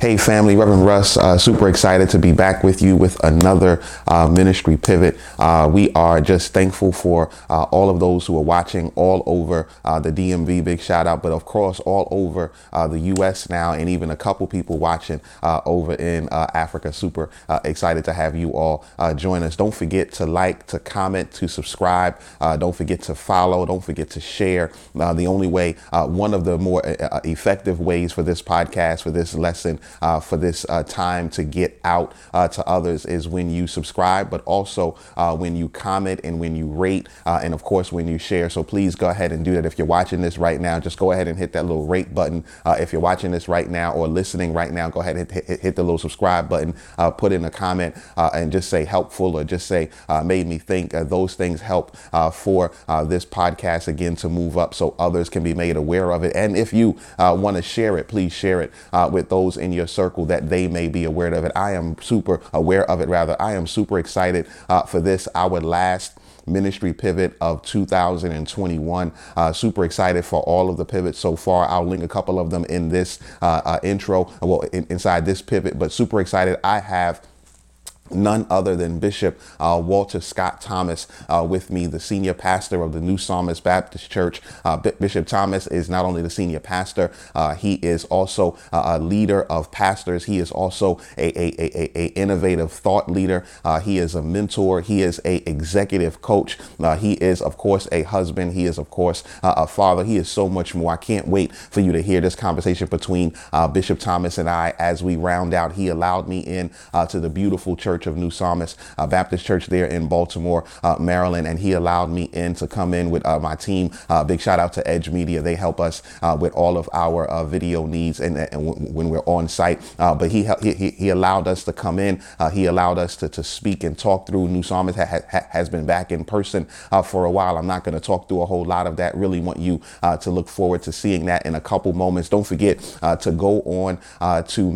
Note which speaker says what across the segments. Speaker 1: Hey, family, Reverend Russ, uh, super excited to be back with you with another uh, ministry pivot. Uh, we are just thankful for uh, all of those who are watching all over uh, the DMV, big shout out, but of course, all over uh, the US now, and even a couple people watching uh, over in uh, Africa. Super uh, excited to have you all uh, join us. Don't forget to like, to comment, to subscribe. Uh, don't forget to follow. Don't forget to share. Uh, the only way, uh, one of the more uh, uh, effective ways for this podcast, for this lesson, uh, for this uh, time to get out uh, to others is when you subscribe, but also uh, when you comment and when you rate, uh, and of course when you share. So please go ahead and do that. If you're watching this right now, just go ahead and hit that little rate button. Uh, if you're watching this right now or listening right now, go ahead and hit, hit, hit the little subscribe button. Uh, put in a comment uh, and just say helpful or just say uh, made me think. Uh, those things help uh, for uh, this podcast again to move up so others can be made aware of it. And if you uh, want to share it, please share it uh, with those in your circle that they may be aware of it. I am super aware of it, rather. I am super excited uh, for this, our last ministry pivot of 2021. Uh, super excited for all of the pivots so far. I'll link a couple of them in this uh, uh, intro, well, in, inside this pivot, but super excited. I have none other than Bishop uh, Walter Scott Thomas uh, with me, the senior pastor of the New Psalmist Baptist Church. Uh, B- Bishop Thomas is not only the senior pastor, uh, he is also uh, a leader of pastors. He is also a, a, a, a- a innovative thought leader. Uh, he is a mentor. He is a executive coach. Uh, he is, of course, a husband. He is, of course, uh, a father. He is so much more. I can't wait for you to hear this conversation between uh, Bishop Thomas and I as we round out. He allowed me in uh, to the beautiful Church of New Psalmist uh, Baptist Church there in Baltimore, uh, Maryland, and he allowed me in to come in with uh, my team. Uh, big shout out to Edge Media; they help us uh, with all of our uh, video needs and, and w- when we're on site. Uh, but he, hel- he he he allowed us to come in. Uh, he allowed us to, to speak and talk through. New Psalmist ha- ha- has been back in person uh, for a while. I'm not going to talk through a whole lot of that. Really want you uh, to look forward to seeing that in a couple moments. Don't forget uh, to go on uh, to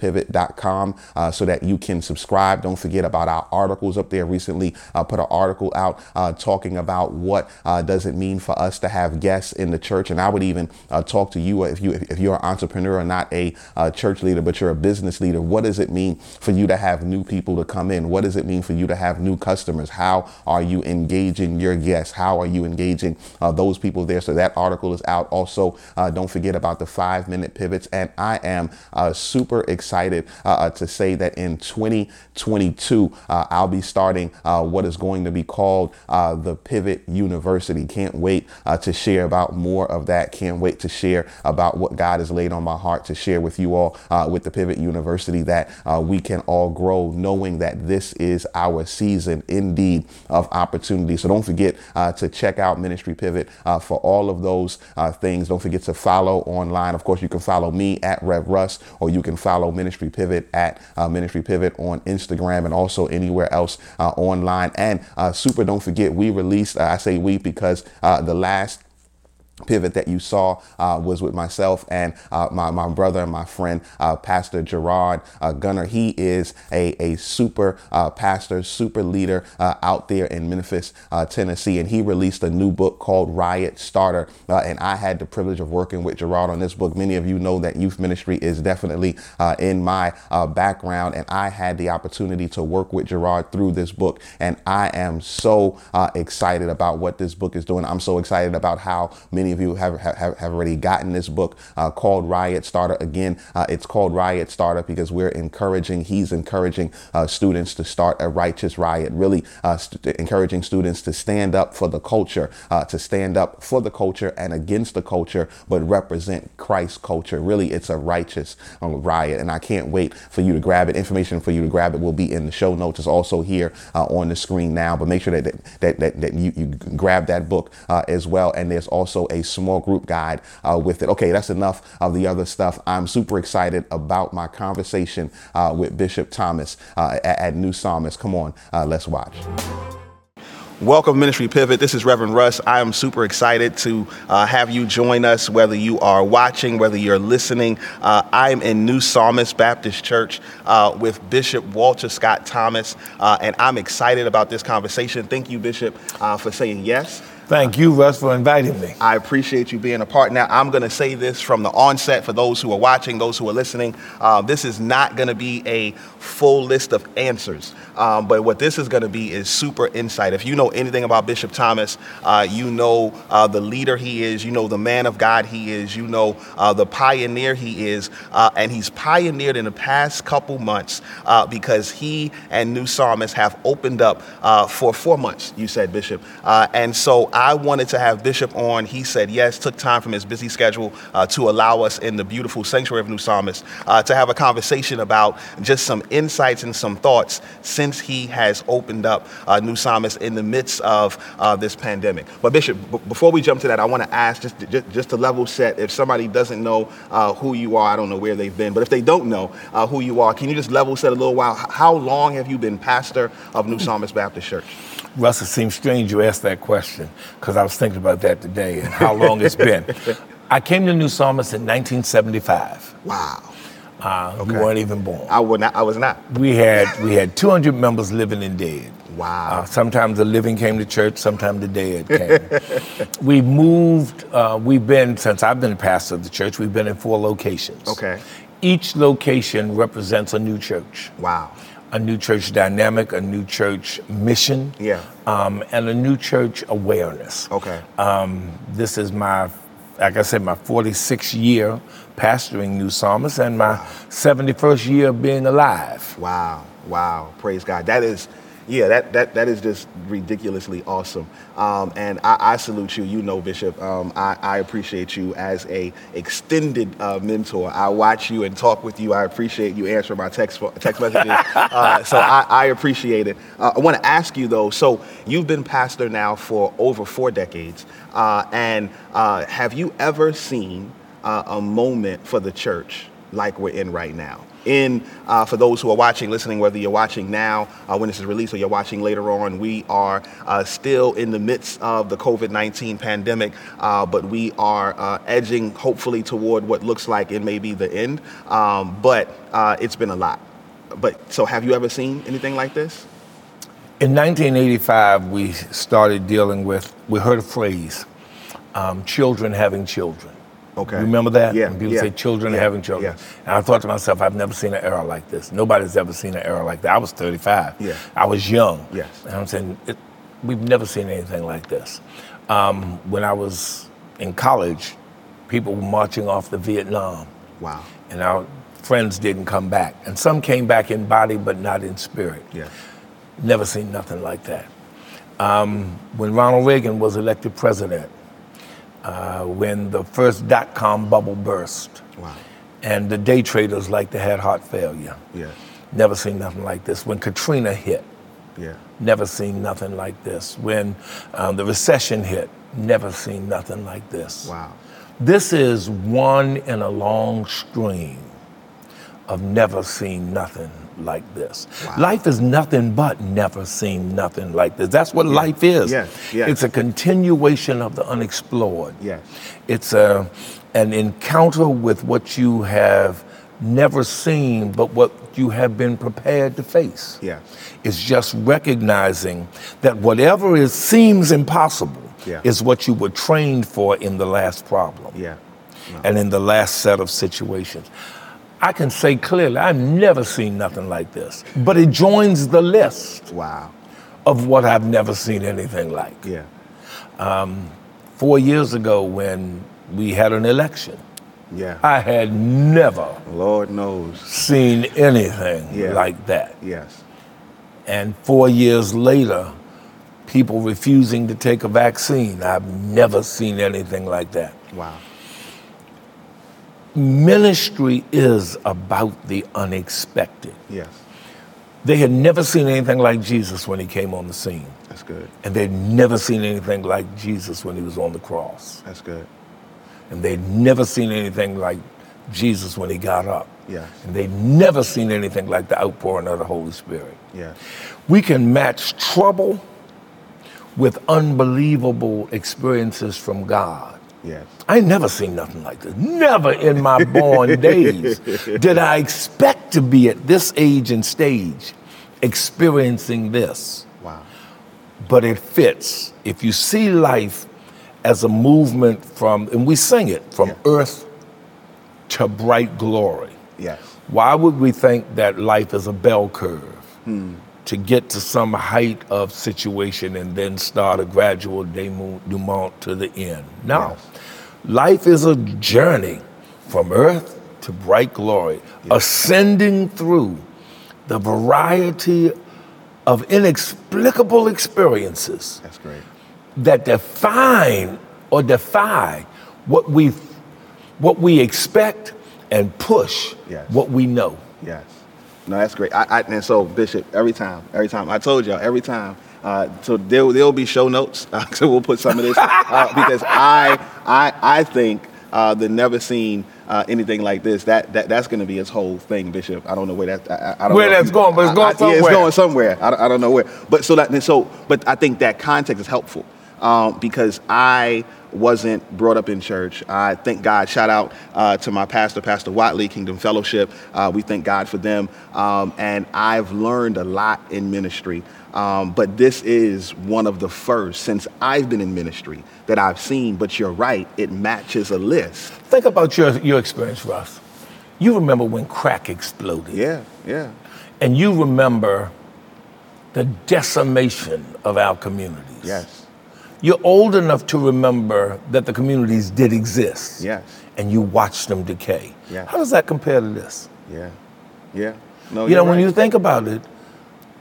Speaker 1: ministrypivot.com uh, so that you can subscribe. Don't forget about our articles up there. Recently, uh, put an article out uh, talking about what uh, does it mean for us to have guests in the church. And I would even uh, talk to you if you if you're an entrepreneur, not a uh, church leader, but you're a business leader. What does it mean for you to have new people to come in? What does it mean for you to have new customers? How are you engaging your guests? How are you engaging uh, those people there? So that article is out. Also, uh, don't forget about the five minute pivots. And I am uh, super excited uh, uh, to say that in 2022, uh, I'll be starting uh, what is going to be called uh, the Pivot University. Can't wait uh, to share about more of that. Can't wait to share about what God has laid on my heart to share with you all uh, with the Pivot University that uh, we can all grow knowing that this is our season indeed of opportunity. So don't forget uh, to check out Ministry Pivot uh, for all of those uh, things. Don't forget to follow online. Of course, you can follow me at Rev Russ or you can follow Ministry Pivot at uh, Ministry Pivot on Instagram and also anywhere else uh, online. And uh, super, don't forget, we released, uh, I say we because uh, the last pivot that you saw uh, was with myself and uh, my, my brother and my friend uh, pastor gerard uh, gunner he is a, a super uh, pastor super leader uh, out there in memphis uh, tennessee and he released a new book called riot starter uh, and i had the privilege of working with gerard on this book many of you know that youth ministry is definitely uh, in my uh, background and i had the opportunity to work with gerard through this book and i am so uh, excited about what this book is doing i'm so excited about how many of you have, have, have already gotten this book uh, called Riot Starter. Again, uh, it's called Riot Starter because we're encouraging, he's encouraging uh, students to start a righteous riot, really uh, st- encouraging students to stand up for the culture, uh, to stand up for the culture and against the culture, but represent Christ's culture. Really, it's a righteous um, riot. And I can't wait for you to grab it. Information for you to grab it will be in the show notes. It's also here uh, on the screen now, but make sure that, that, that, that, that you, you grab that book uh, as well. And there's also a small group guide uh, with it. Okay, that's enough of the other stuff. I'm super excited about my conversation uh, with Bishop Thomas uh, at, at New Psalmist. Come on, uh, let's watch. Welcome, Ministry Pivot. This is Reverend Russ. I am super excited to uh, have you join us, whether you are watching, whether you're listening. Uh, I'm in New Psalmist Baptist Church uh, with Bishop Walter Scott Thomas, uh, and I'm excited about this conversation. Thank you, Bishop, uh, for saying yes.
Speaker 2: Thank you, Russ, for inviting me.
Speaker 1: I appreciate you being a part. Now, I'm going to say this from the onset for those who are watching, those who are listening. Uh, this is not going to be a full list of answers, um, but what this is going to be is super insight. If you know anything about Bishop Thomas, uh, you know uh, the leader he is, you know the man of God he is, you know uh, the pioneer he is, uh, and he's pioneered in the past couple months uh, because he and New Psalmist have opened up uh, for four months, you said, Bishop. Uh, and so I wanted to have Bishop on. He said yes, took time from his busy schedule uh, to allow us in the beautiful sanctuary of New Psalmist uh, to have a conversation about just some insights and some thoughts since he has opened up uh, New Psalmist in the midst of uh, this pandemic. But Bishop, b- before we jump to that, I want to ask just, just, just to level set if somebody doesn't know uh, who you are, I don't know where they've been, but if they don't know uh, who you are, can you just level set a little while? H- How long have you been pastor of New Psalmist Baptist Church?
Speaker 2: Russ, it seems strange you asked that question because I was thinking about that today and how long it's been. I came to New Psalmist in 1975.
Speaker 1: Wow.
Speaker 2: Uh, You weren't even born.
Speaker 1: I, would not, I was not.
Speaker 2: we had we had 200 members living and dead.
Speaker 1: Wow.
Speaker 2: Uh, sometimes the living came to church, sometimes the dead came. we moved. Uh, we've been since I've been pastor of the church. We've been in four locations.
Speaker 1: Okay.
Speaker 2: Each location represents a new church,
Speaker 1: Wow.
Speaker 2: a new church dynamic, a new church mission,
Speaker 1: Yeah.
Speaker 2: um, and a new church awareness.
Speaker 1: Okay.
Speaker 2: Um, this is my, like I said, my 46th year pastoring New Psalmist and my 71st year of being alive.
Speaker 1: Wow, wow, praise God. That is, yeah, that that that is just ridiculously awesome. Um, and I, I salute you. You know, Bishop, um, I, I appreciate you as a extended uh, mentor. I watch you and talk with you. I appreciate you answering my text text messages. uh, so I, I appreciate it. Uh, I want to ask you though. So you've been pastor now for over four decades, uh, and uh, have you ever seen uh, a moment for the church like we're in right now. In uh, for those who are watching, listening, whether you're watching now uh, when this is released or you're watching later on, we are uh, still in the midst of the COVID 19 pandemic, uh, but we are uh, edging hopefully toward what looks like it may be the end. Um, but uh, it's been a lot. But so, have you ever seen anything like this?
Speaker 2: In 1985, we started dealing with, we heard a phrase, um, children having children.
Speaker 1: Okay.
Speaker 2: You remember that?
Speaker 1: Yeah,
Speaker 2: When people
Speaker 1: yeah,
Speaker 2: say children
Speaker 1: yeah,
Speaker 2: having children.
Speaker 1: yes.
Speaker 2: And I thought to myself, I've never seen an era like this. Nobody's ever seen an era like that. I was 35.
Speaker 1: Yeah.
Speaker 2: I was young.
Speaker 1: Yes.
Speaker 2: And I'm saying, it, we've never seen anything like this. Um, when I was in college, people were marching off to Vietnam,
Speaker 1: Wow.
Speaker 2: and our friends didn't come back. And some came back in body, but not in spirit.
Speaker 1: Yeah.
Speaker 2: Never seen nothing like that. Um, when Ronald Reagan was elected president, uh, when the first dot com bubble burst,
Speaker 1: Wow.
Speaker 2: and the day traders like they had heart failure.
Speaker 1: Yeah.
Speaker 2: Never seen nothing like this. When Katrina hit,
Speaker 1: Yeah.
Speaker 2: never seen nothing like this. When um, the recession hit, never seen nothing like this.
Speaker 1: Wow.
Speaker 2: This is one in a long string of never seen nothing like this. Life is nothing but never seen nothing like this. That's what life is.
Speaker 1: Yes, yes.
Speaker 2: It's a continuation of the unexplored.
Speaker 1: Yes.
Speaker 2: It's a, an encounter with what you have never seen, but what you have been prepared to face.
Speaker 1: Yes.
Speaker 2: It's just recognizing that whatever is, seems impossible
Speaker 1: Yeah.
Speaker 2: is what you were trained for in the last problem
Speaker 1: Yeah. No.
Speaker 2: and in the last set of situations. I can say clearly, I've never seen nothing like this, but it joins the list
Speaker 1: Wow.
Speaker 2: of what I've never seen anything like.
Speaker 1: Yeah.
Speaker 2: Four years ago, when we had an election,
Speaker 1: Yeah.
Speaker 2: I had never
Speaker 1: Lord knows.
Speaker 2: seen anything
Speaker 1: Yeah.
Speaker 2: like that.
Speaker 1: Yes.
Speaker 2: And four years later, people refusing to take a vaccine. I've never seen anything like that.
Speaker 1: Wow.
Speaker 2: Ministry is about the unexpected.
Speaker 1: Yes.
Speaker 2: They had never seen anything like Jesus when he came on the scene,
Speaker 1: That's good.
Speaker 2: and they'd never seen anything like Jesus when he was on the cross,
Speaker 1: That's good.
Speaker 2: and they'd never seen anything like Jesus when he got up,
Speaker 1: Yes.
Speaker 2: and they'd never seen anything like the outpouring of the Holy Spirit.
Speaker 1: Yes.
Speaker 2: We can match trouble with unbelievable experiences from God.
Speaker 1: Yes.
Speaker 2: I ain't never seen nothing like this. Never in my born days did I expect to be at this age and stage experiencing this.
Speaker 1: Wow.
Speaker 2: But it fits. If you see life as a movement from, and we sing it, from earth to bright glory.
Speaker 1: Yes.
Speaker 2: Why would we think that life is a bell curve to get to some height of situation and then start a gradual demo- demount to the end? No. Life is a journey from earth to bright glory, ascending through the variety of inexplicable experiences
Speaker 1: That's great.
Speaker 2: that define or defy what we what we expect and push
Speaker 1: Yes.
Speaker 2: what we know.
Speaker 1: Yes. No, that's great. I, I, and so Bishop, every time, every time, I told y'all, every time. Uh, so there, there'll be show notes. Uh, so we'll put some of this uh, because I, I, I think uh, the never seen uh, anything like this. That, that that's going to be his whole thing, Bishop. I don't know where that. I, I- I don't
Speaker 2: Where
Speaker 1: know if
Speaker 2: that's going, but it's
Speaker 1: I- I-
Speaker 2: going
Speaker 1: yeah, it's
Speaker 2: somewhere.
Speaker 1: going somewhere. I, don't- I don't know where. But so that and so, but I think that context is helpful um, because I wasn't brought up in church. I thank God. Shout out uh, to my pastor, Pastor Watley, Kingdom Fellowship. Uh, we thank God for them. Um, and I've learned a lot in ministry. Um, but this is one of the first since I've been in ministry that I've seen. But you're right; it matches a list.
Speaker 2: Think about your, your experience, Russ. You remember when crack exploded.
Speaker 1: Yeah, yeah,
Speaker 2: And you remember the decimation of our communities.
Speaker 1: yes,
Speaker 2: You're old enough to remember that the communities did exist.
Speaker 1: Yes.
Speaker 2: And you watched them decay.
Speaker 1: Yes.
Speaker 2: How does that compare to this?
Speaker 1: yeah, yeah. No,
Speaker 2: you know,
Speaker 1: Oh, you're
Speaker 2: when
Speaker 1: right.
Speaker 2: you think about it,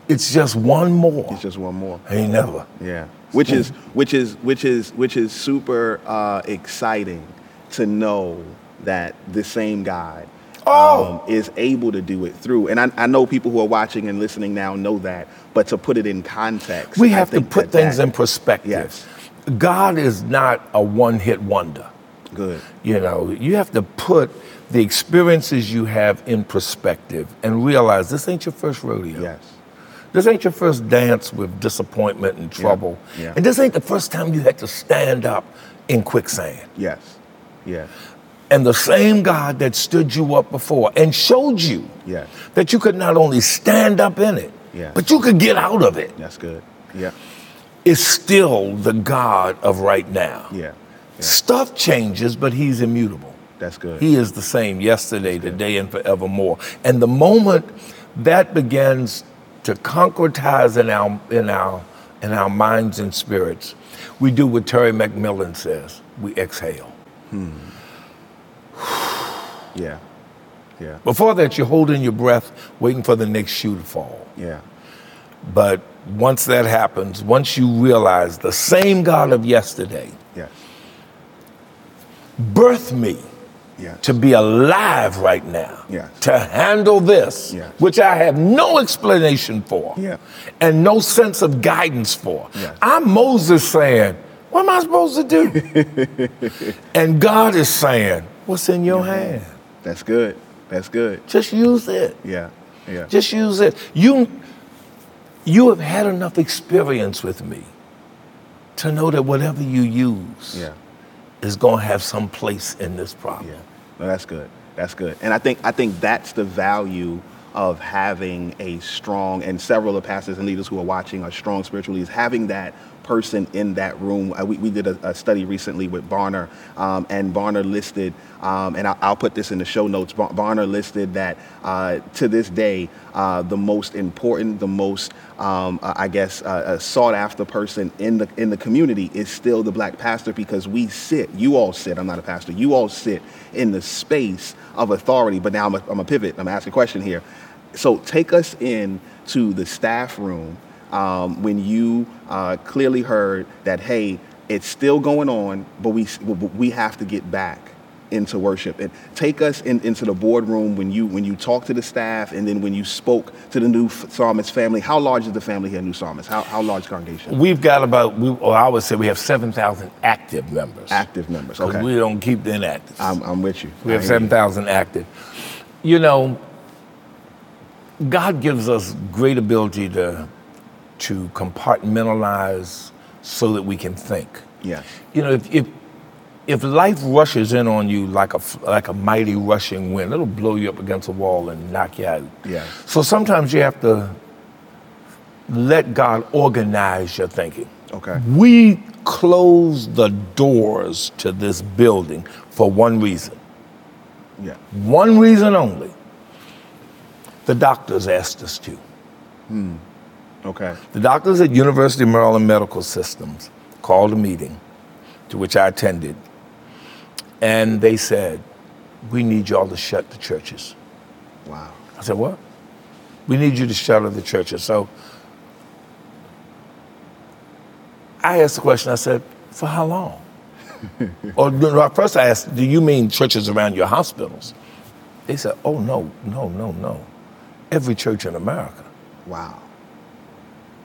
Speaker 2: it's just one more.
Speaker 1: it's just one more.
Speaker 2: Ain't never.
Speaker 1: Yeah, which is which is which is which is super uh, exciting to know that the same God
Speaker 2: Oh.
Speaker 1: um, is able to do it through. And I, I know people who are watching and listening now know that, but to put it in context,
Speaker 2: We
Speaker 1: I
Speaker 2: have to
Speaker 1: think that
Speaker 2: put things
Speaker 1: that-
Speaker 2: in perspective.
Speaker 1: Yes.
Speaker 2: God is not a one hit wonder.
Speaker 1: Good.
Speaker 2: You know, you have to put the experiences you have in perspective and realize this ain't your first rodeo.
Speaker 1: Yes.
Speaker 2: This ain't your first dance with disappointment and trouble.
Speaker 1: yeah.
Speaker 2: And this ain't the first time you had to stand up in quicksand.
Speaker 1: Yes. Yes.
Speaker 2: And the same God that stood you up before and showed you
Speaker 1: Yes.
Speaker 2: that you could not only stand up in it,
Speaker 1: Yes.
Speaker 2: but you could get out of it,
Speaker 1: That's good. Yeah.
Speaker 2: is still the God of right now.
Speaker 1: Yeah. Yeah.
Speaker 2: Stuff changes, but he's immutable.
Speaker 1: That's good.
Speaker 2: He is the same yesterday, today, and forevermore. And the moment that begins to concretize in our in our in our minds and spirits, we do what Terry McMillan says: we exhale.
Speaker 1: Yeah. Yeah.
Speaker 2: Before that, you're holding your breath, waiting for the next shoe to fall.
Speaker 1: Yeah.
Speaker 2: But once that happens, once you realize the same God of yesterday
Speaker 1: Yes.
Speaker 2: birthed me
Speaker 1: Yes.
Speaker 2: to be alive right now,
Speaker 1: Yes.
Speaker 2: to handle this,
Speaker 1: Yes.
Speaker 2: which I have no explanation for
Speaker 1: Yeah.
Speaker 2: and no sense of guidance for.
Speaker 1: Yes.
Speaker 2: I'm Moses saying, What am I supposed to do? and God is saying, What's in your hand?
Speaker 1: That's good. That's good.
Speaker 2: Just use it.
Speaker 1: Yeah. Yeah.
Speaker 2: Just use it. You, you have had enough experience with me to know that whatever you use
Speaker 1: yeah.
Speaker 2: is going to have some place in this problem.
Speaker 1: Yeah, no, that's good. That's good. And I think I think that's the value of having a strong and several of pastors and leaders who are watching are strong spiritual leaders. Having that person in that room. Uh, We, we did a, a study recently with Barner, um, and Barner listed, um, and I, I'll put this in the show notes. Bar- Barner listed that uh, to this day, uh, the most important, the most, um, uh, I guess, uh, uh, sought after person in the in the community is still the black pastor because we sit, you all sit. I'm not a pastor. You all sit in the space of authority. But now I'm a, I'm a pivot. I'm asking a question here. So take us in to the staff room um, when you uh, clearly heard that hey, it's still going on, but we we have to get back into worship and take us in, into the boardroom when you when you talk to the staff and then when you spoke to the new psalmist family how large is the family here new psalmist how, how large congregation
Speaker 2: We've got about, we, or I would say we have 7,000 active members.
Speaker 1: active members
Speaker 2: 'Cause
Speaker 1: okay
Speaker 2: We don't keep the inactive.
Speaker 1: I'm, I'm with you
Speaker 2: we have
Speaker 1: I hear you.
Speaker 2: 7,000 active. You know, God gives us great ability to, to compartmentalize so that we can think.
Speaker 1: yes
Speaker 2: You know, if, if, if life rushes in on you like a, f- like a mighty rushing wind, it'll blow you up against a wall and knock you out.
Speaker 1: Yes.
Speaker 2: So sometimes you have to let God organize your thinking.
Speaker 1: okay
Speaker 2: We close the doors to this building for one reason.
Speaker 1: Yeah.
Speaker 2: One reason only. The doctors asked us to.
Speaker 1: Okay.
Speaker 2: The doctors at University of Maryland Medical Systems called a meeting to which I attended, and they said, We need y'all to shut the churches.
Speaker 1: Wow.
Speaker 2: I said, What? We need you to shut up the churches. So I asked the question, I said, For how long? or no, at first I asked, Do you mean churches around your hospitals? They said, Oh, no, no, no, no. Every church in America.
Speaker 1: Wow.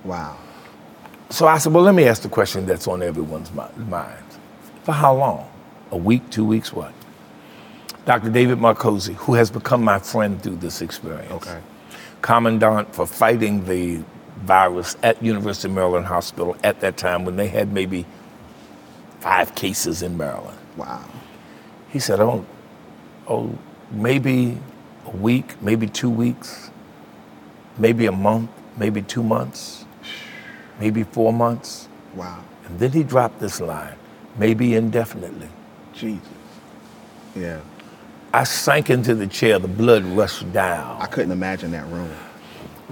Speaker 1: Wow.
Speaker 2: So I said, well, let me ask the question that's on everyone's mi- mind. For how long? A week, two weeks, what? Dr. David Marcosi, who has become my friend through this experience,
Speaker 1: Okay.
Speaker 2: commandant for fighting the virus at University of Maryland Hospital at that time when they had maybe five cases in Maryland.
Speaker 1: Wow.
Speaker 2: He said, oh, oh, maybe a week, maybe two weeks, maybe a month, maybe two months, maybe four months.
Speaker 1: Wow.
Speaker 2: And then he dropped this line, maybe indefinitely.
Speaker 1: Jesus. Yeah.
Speaker 2: I sank into the chair, the blood rushed
Speaker 1: I
Speaker 2: down.
Speaker 1: couldn't imagine that room.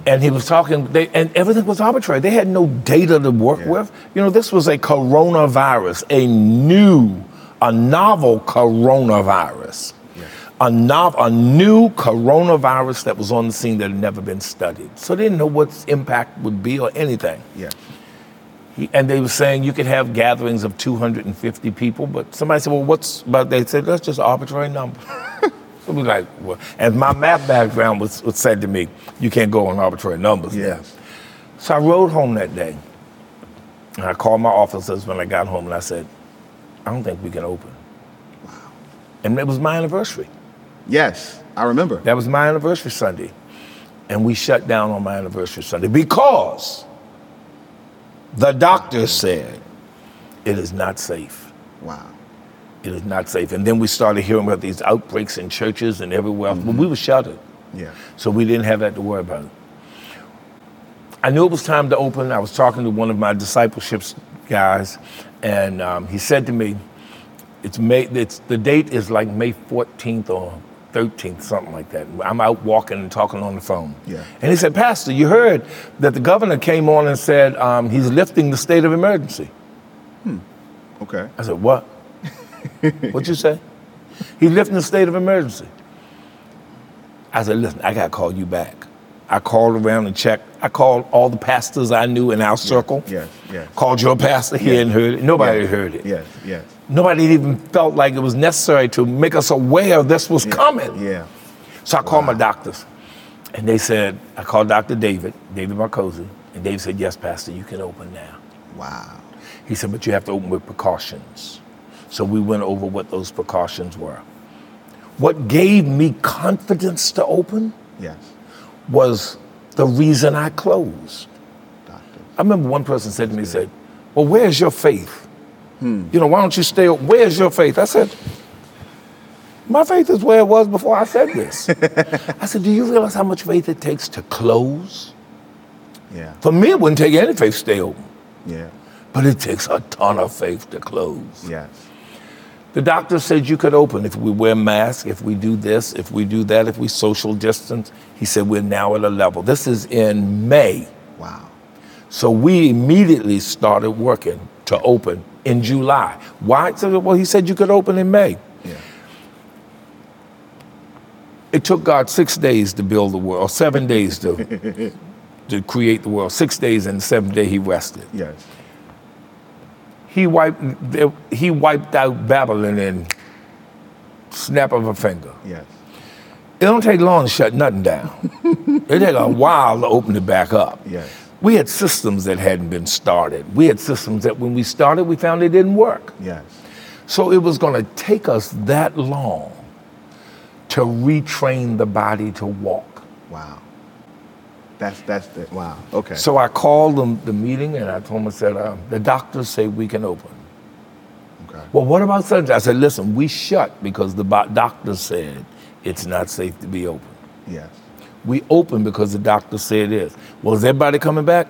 Speaker 2: And he was talking, they, and everything was arbitrary. They had no data to work
Speaker 1: Yeah.
Speaker 2: with. You know, this was a coronavirus, a new, a novel coronavirus. A, nov- a new coronavirus that was on the scene that had never been studied. So they didn't know what its impact would be or anything.
Speaker 1: Yeah.
Speaker 2: He- and they were saying you could have gatherings of 250 people, but somebody said, well, what's, but they said, that's just an arbitrary number. so we like, well, and my math background was, was said to me, you can't go on arbitrary numbers.
Speaker 1: Yes.
Speaker 2: So I rode home that day, and I called my officers when I got home, and I said, I don't think we can open. And it was my anniversary.
Speaker 1: Yes. I remember.
Speaker 2: That was my anniversary Sunday. And we shut down on my anniversary Sunday because the doctor said it is not safe.
Speaker 1: wow.
Speaker 2: It is not safe. And then we started hearing about these outbreaks in churches and everywhere else. But we were shuttered,
Speaker 1: Yeah.
Speaker 2: so we didn't have that to worry about. I knew it was time to open. I was talking to one of my discipleship guys, and um, he said to me, it's May. It's the date is like May 14th or 13th, something like that. I'm out walking and talking on the phone.
Speaker 1: Yeah.
Speaker 2: And he said, Pastor, you heard that the governor came on and said um, he's lifting the state of emergency.
Speaker 1: Okay.
Speaker 2: I said, What? What'd you say? He's lifting the state of emergency. I said, Listen, I got to call you back. I called around and checked. I called all the pastors I knew in our circle.
Speaker 1: yes, yes.
Speaker 2: Called your pastor. He
Speaker 1: Yes.
Speaker 2: hadn't heard it. Nobody
Speaker 1: Yes.
Speaker 2: heard it.
Speaker 1: Yes. Yes.
Speaker 2: Nobody even felt like it was necessary to make us aware this was coming.
Speaker 1: Yeah.
Speaker 2: So I called my doctors, and they said, I called Dr. David, David Marcosi, and David said, Yes, Pastor, you can open now.
Speaker 1: Wow.
Speaker 2: He said, But you have to open with precautions. So we went over what those precautions were. What gave me confidence to open
Speaker 1: Yes.
Speaker 2: was the reason I closed.
Speaker 1: Doctor.
Speaker 2: I remember one person said to me, said, Well, where's your faith? You know, why don't you stay? Where's your faith? I said, My faith is where it was before I said this. I said, Do you realize how much faith it takes to close?
Speaker 1: Yeah.
Speaker 2: For me, it wouldn't take any faith to stay open,
Speaker 1: Yeah.
Speaker 2: but it takes a ton of faith to close.
Speaker 1: Yes.
Speaker 2: The doctor said you could open if we wear masks, if we do this, if we do that, if we social distance. He said, We're now at a level. This is in May.
Speaker 1: Wow.
Speaker 2: So we immediately started working to open in July. Why? So, well, he said you could open in May.
Speaker 1: Yeah.
Speaker 2: It took God six days to build the world, seven days to, to create the world. Six days and the seventh day he rested.
Speaker 1: Yes.
Speaker 2: He wiped, he wiped out Babylon in snap of a finger.
Speaker 1: Yes.
Speaker 2: It don't take long to shut nothing down. it take a while to open it back up.
Speaker 1: Yes.
Speaker 2: We had systems that hadn't been started. We had systems that when we started, we found they didn't work.
Speaker 1: Yes.
Speaker 2: So it was going to take us that long to retrain the body to walk.
Speaker 1: Wow. That's that's the wow. Okay.
Speaker 2: So I called them the meeting and I told them, I said, uh, the doctors say we can open.
Speaker 1: okay.
Speaker 2: Well, what about Sunday? I said, listen, we shut because the bo- doctor said it's not safe to be open.
Speaker 1: Yes.
Speaker 2: We open because the doctor said it is. Well, is everybody coming back?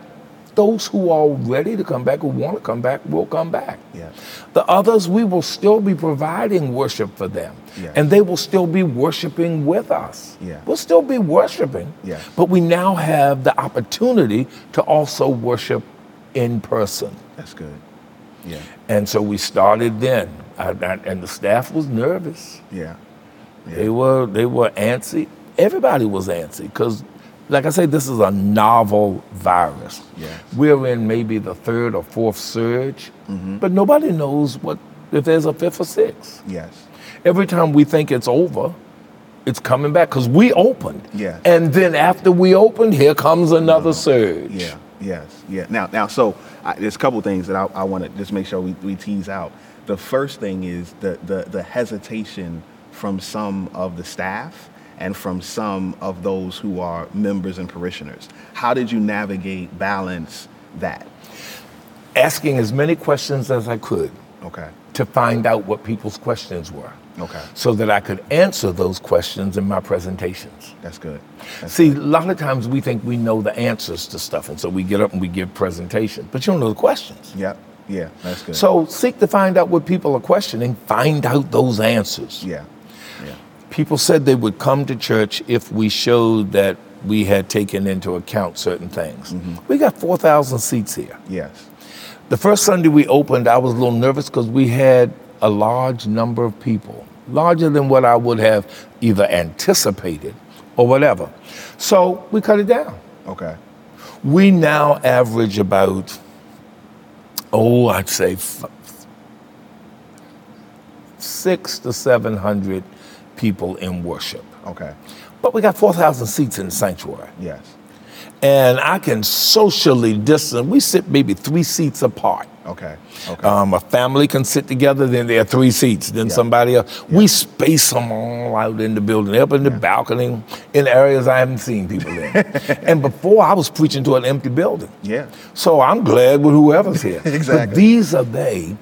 Speaker 2: Those who are ready to come back, who want to come back, will come back.
Speaker 1: Yeah.
Speaker 2: The others, we will still be providing worship for them.
Speaker 1: Yeah.
Speaker 2: And they will still be worshiping with us.
Speaker 1: Yeah.
Speaker 2: We'll still be worshiping.
Speaker 1: Yeah.
Speaker 2: But we now have the opportunity to also worship in person.
Speaker 1: That's good. Yeah.
Speaker 2: And so we started then. I, I- and the staff was nervous.
Speaker 1: Yeah.
Speaker 2: They were they were antsy. Everybody was antsy because, like I say, this is a novel virus.
Speaker 1: Yes.
Speaker 2: We're in maybe the third or fourth surge,
Speaker 1: Mm-hmm.
Speaker 2: but nobody knows what if there's a fifth or sixth.
Speaker 1: Yes.
Speaker 2: Every time we think it's over, it's coming back because we opened.
Speaker 1: Yes.
Speaker 2: And then after we opened, here comes another surge.
Speaker 1: Yeah. Yes. Yeah. Now, now, so I, there's a couple things that I, I want to just make sure we, we tease out. The first thing is the, the the hesitation from some of the staff and from some of those who are members and parishioners. How did you navigate balance that?
Speaker 2: Asking as many questions as I could
Speaker 1: Okay.
Speaker 2: to find out what people's questions were.
Speaker 1: Okay.
Speaker 2: So that I could answer those questions in my presentations.
Speaker 1: That's good. That's-
Speaker 2: See, a lot of times we think we know the answers to stuff, and so we get up and we give presentations, but you don't know the questions.
Speaker 1: yep. Yeah. That's good.
Speaker 2: So seek to find out what people are questioning, find out those answers.
Speaker 1: yeah. Yeah.
Speaker 2: People said they would come to church if we showed that we had taken into account certain things.
Speaker 1: Mm-hmm.
Speaker 2: We got 4,000 seats here.
Speaker 1: Yes.
Speaker 2: The first Sunday we opened, I was a little nervous because we had a large number of people, larger than what I would have either anticipated or whatever. So we cut it down.
Speaker 1: Okay.
Speaker 2: We now average about, oh, I'd say f- six to 700 people in worship.
Speaker 1: Okay.
Speaker 2: But we got 4,000 seats in the sanctuary.
Speaker 1: Yes.
Speaker 2: And I can socially distance. We sit maybe three seats apart.
Speaker 1: Okay. Okay.
Speaker 2: Um, a family can sit together, then there are three seats, then
Speaker 1: Yeah.
Speaker 2: somebody else. We space them all out in the building, up in the balcony, in areas I haven't seen people in. and before I was preaching to an empty building.
Speaker 1: yeah.
Speaker 2: So I'm glad with whoever's here.
Speaker 1: Exactly.
Speaker 2: But these are they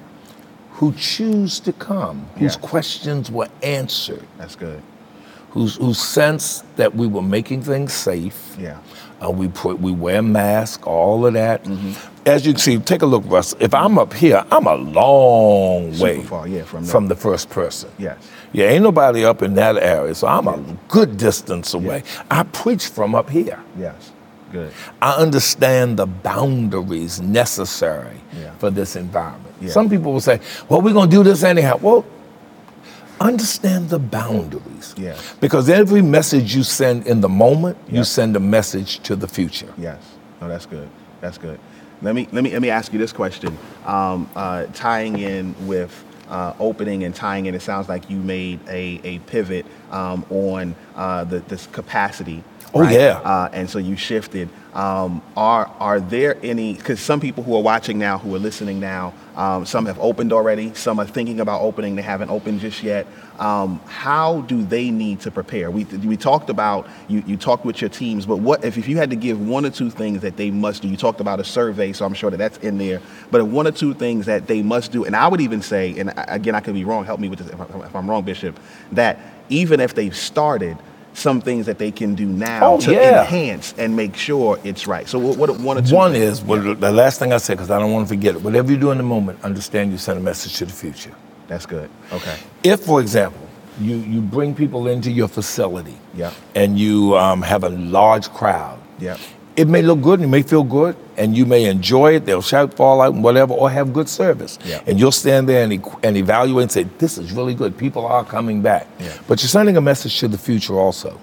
Speaker 2: who choose to come, whose
Speaker 1: Yeah.
Speaker 2: questions were answered,
Speaker 1: That's good.
Speaker 2: whose, whose sense that we were making things safe.
Speaker 1: Yeah.
Speaker 2: Uh, we put we wear masks, all of that.
Speaker 1: Mm-hmm.
Speaker 2: As you can see, take a look, Russ. If I'm up here, I'm a long
Speaker 1: Super
Speaker 2: way
Speaker 1: far, yeah, from the-
Speaker 2: from the first person.
Speaker 1: Yes.
Speaker 2: Yeah, ain't nobody up in that area, so I'm a good distance away. I preach from up here.
Speaker 1: Yes. Good.
Speaker 2: I understand the boundaries necessary
Speaker 1: Yeah.
Speaker 2: for this environment.
Speaker 1: Yeah.
Speaker 2: Some people will say, well, we're going to do this anyhow. Well, understand the boundaries.
Speaker 1: Yeah.
Speaker 2: Because every message you send in the moment,
Speaker 1: Yeah.
Speaker 2: you send a message to the future.
Speaker 1: Yes. No, that's good. That's good. Let me let me let me ask you this question. Um, uh, tying in with uh, opening and tying in, it sounds like you made a, a pivot um, on uh, the, this capacity.
Speaker 2: Oh, yeah.
Speaker 1: Uh, and so you shifted. Um, are are there any? Because some people who are watching now, who are listening now, um, some have opened already. Some are thinking about opening. They haven't opened just yet. Um, how do they need to prepare? We we talked about you. You talked with your teams, but what if, if you had to give one or two things that they must do? You talked about a survey, so I'm sure that that's in there. But one or two things that they must do, and I would even say, and I- again, I could be wrong. Help me with this if I'm, if I'm wrong, Bishop. That even if they've started. Some things that they can do now
Speaker 2: Oh,
Speaker 1: to
Speaker 2: yeah.
Speaker 1: enhance chance and make sure it's right. So what, what one or two?
Speaker 2: One is, well, the last thing I said, because I don't want to forget it, whatever you do in the moment, understand you send a message to the future.
Speaker 1: That's good. Okay.
Speaker 2: If, for example, you, you bring people into your facility
Speaker 1: Yeah.
Speaker 2: and you um, have a large crowd,
Speaker 1: Yeah.
Speaker 2: it may look good and it may feel good and you may enjoy it. They'll shout, fall out, and whatever, or have good service.
Speaker 1: Yeah.
Speaker 2: And you'll stand there and, equ- and evaluate and say, this is really good. People are coming back.
Speaker 1: Yeah. Hmm.
Speaker 2: But you're sending a message to the future also,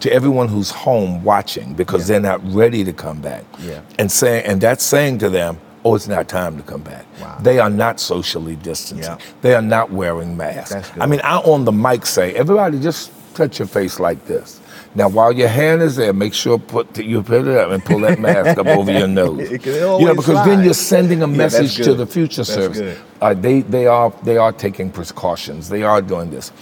Speaker 2: to everyone who's home watching because
Speaker 1: Yeah.
Speaker 2: they're not ready to come back.
Speaker 1: Yeah.
Speaker 2: And, saying, and that's saying to them, oh, it's not time to come back.
Speaker 1: Wow.
Speaker 2: They are not socially distancing.
Speaker 1: Yeah.
Speaker 2: They are not wearing masks.
Speaker 1: That's good.
Speaker 2: I mean, I on the mic say, everybody just touch your face like this. Now, while your hand is there, make sure put you put it up and pull that mask up over your nose.
Speaker 1: It can
Speaker 2: yeah,
Speaker 1: always
Speaker 2: because
Speaker 1: slide.
Speaker 2: then you're sending a
Speaker 1: Yeah, that's
Speaker 2: message to
Speaker 1: good.
Speaker 2: the future
Speaker 1: That's
Speaker 2: service.
Speaker 1: good.
Speaker 2: Uh, they they are they are taking precautions. They are doing this.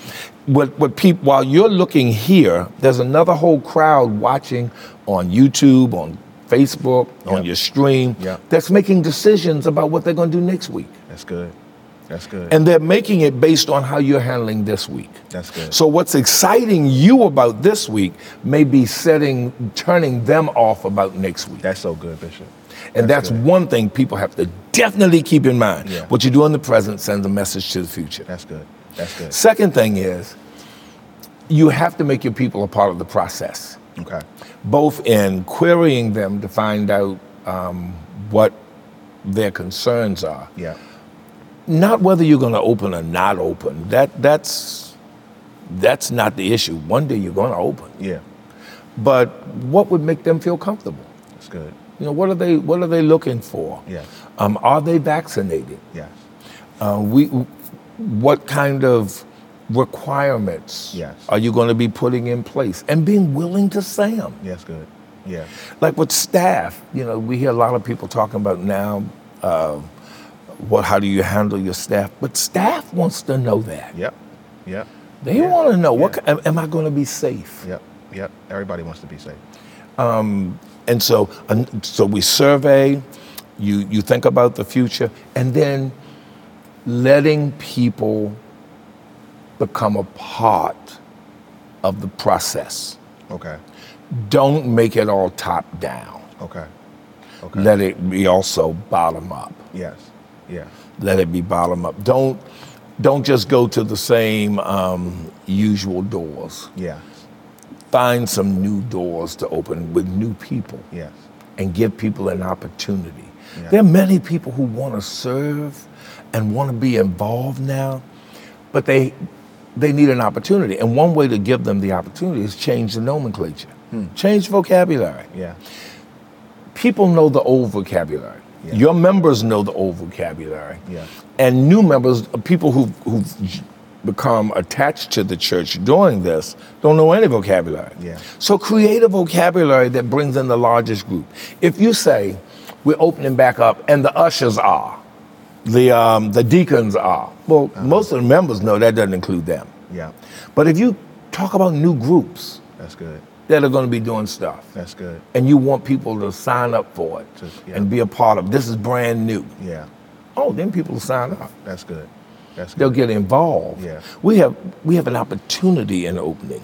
Speaker 2: What what people while you're looking here, there's another whole crowd watching on YouTube on. Facebook, on
Speaker 1: Yeah.
Speaker 2: your stream,
Speaker 1: Yeah.
Speaker 2: that's making decisions about what they're going to do next week.
Speaker 1: That's good. That's good.
Speaker 2: And they're making it based on how you're handling this week.
Speaker 1: That's good.
Speaker 2: So what's exciting you about this week may be setting turning them off about next week.
Speaker 1: That's so good, Bishop.
Speaker 2: And that's, one thing people have to definitely keep in mind.
Speaker 1: Yeah.
Speaker 2: What you do in the present sends a message to the future.
Speaker 1: That's good. That's good.
Speaker 2: Second thing is, you have to make your people a part of the process,
Speaker 1: Okay.
Speaker 2: both in querying them to find out um, what their concerns are,
Speaker 1: Yeah.
Speaker 2: not whether you're going to open or not open. That that's that's not the issue. One day you're going to open,
Speaker 1: Yeah.
Speaker 2: but what would make them feel comfortable?
Speaker 1: That's good.
Speaker 2: You know, what are they what are they looking for?
Speaker 1: Yeah.
Speaker 2: Um, are they vaccinated?
Speaker 1: Yeah.
Speaker 2: Uh, we, what kind of requirements
Speaker 1: Yes.
Speaker 2: are you going to be putting in place and being willing to say them?
Speaker 1: Yeah, that's good. Yeah.
Speaker 2: Like with staff, you know, we hear a lot of people talking about now, uh, what, how do you handle your staff? But staff wants to know that.
Speaker 1: Yep. Yep.
Speaker 2: They
Speaker 1: Yeah.
Speaker 2: want to know what
Speaker 1: Yeah.
Speaker 2: ki- am, am I going to be safe?
Speaker 1: Yep. Yep. Everybody wants to be safe.
Speaker 2: And so, and so we survey, you, you think about the future, and then letting people become a part of the process.
Speaker 1: Okay.
Speaker 2: Don't make it all top down.
Speaker 1: Okay. Okay.
Speaker 2: Let it be also bottom up.
Speaker 1: yes. Yeah.
Speaker 2: Let it be bottom up. Don't, don't just go to the same um, usual doors.
Speaker 1: Yeah.
Speaker 2: Find some new doors to open with new people.
Speaker 1: Yes.
Speaker 2: and give people an opportunity.
Speaker 1: Yeah.
Speaker 2: There are many people who want to serve and want to be involved now, but they they need an opportunity. And one way to give them the opportunity is change the nomenclature, change vocabulary.
Speaker 1: Yeah.
Speaker 2: People know the old vocabulary.
Speaker 1: Yeah.
Speaker 2: Your members know the old vocabulary.
Speaker 1: Yeah.
Speaker 2: And new members, uh, people who who've become attached to the church doing this, don't know any vocabulary.
Speaker 1: Yeah.
Speaker 2: So create a vocabulary that brings in the largest group. If you say, we're opening back up, and the ushers are, the, um, the deacons are, well,
Speaker 1: Uh-huh.
Speaker 2: most of the members know that doesn't include them.
Speaker 1: Yeah.
Speaker 2: But if you talk about new groups
Speaker 1: That's good.
Speaker 2: that are going to be doing stuff,
Speaker 1: That's good.
Speaker 2: and you want people to sign up for it
Speaker 1: Just- yeah.
Speaker 2: and be a part of this is brand new.
Speaker 1: Yeah.
Speaker 2: Oh, then people will sign up.
Speaker 1: That's good. That's
Speaker 2: They'll
Speaker 1: good.
Speaker 2: get involved.
Speaker 1: Yeah.
Speaker 2: We have we have an opportunity in opening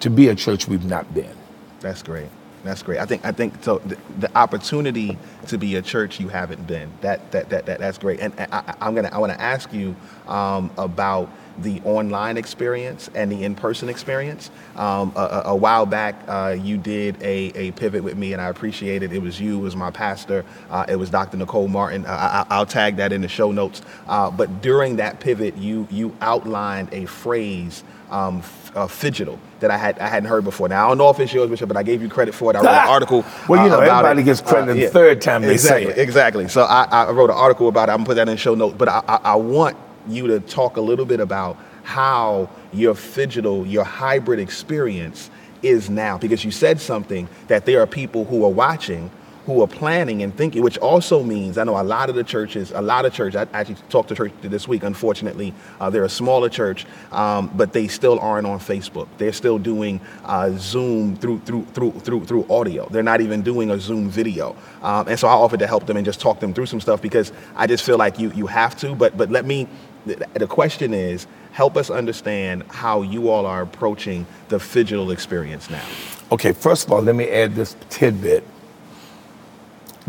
Speaker 2: to be a church we've not been.
Speaker 1: That's great. That's great. I think I think so. The, the opportunity to be a church you haven't been. That that that, that that's great. And I, I, I'm gonna I want to ask you um, about the online experience and the in-person experience. Um, a, a- a while back, uh, you did a, a pivot with me, and I appreciate it. It was you, it was my pastor, uh, it was Dr. Nicole Martin. Uh, I, I- I'll tag that in the show notes. Uh, but during that pivot, you you outlined a phrase um, f- uh, fidgetal that I had I hadn't heard before. Now I don't know if it's yours, Bishop, but I gave you credit for it. I wrote an article.
Speaker 2: Ah! Well, you
Speaker 1: uh,
Speaker 2: know,
Speaker 1: about
Speaker 2: everybody
Speaker 1: it.
Speaker 2: gets credit the
Speaker 1: yeah.
Speaker 2: third time they say
Speaker 1: exactly,
Speaker 2: it.
Speaker 1: Exactly. So I, I wrote an article about it. I'm gonna put that in the show notes. But I, I, I want you to talk a little bit about how your fidgetal, your hybrid experience is now, because you said something that there are people who are watching who are planning and thinking, which also means I know a lot of the churches, a lot of church. I actually talked to church this week. Unfortunately, uh, they're a smaller church, um, but they still aren't on Facebook. They're still doing uh, Zoom through through through through through audio. They're not even doing a Zoom video. Um, and so I offered to help them and just talk them through some stuff because I just feel like you you have to. But but let me. th- The question is, help us understand how you all are approaching the digital experience now.
Speaker 2: Okay, first of all, let me add this tidbit.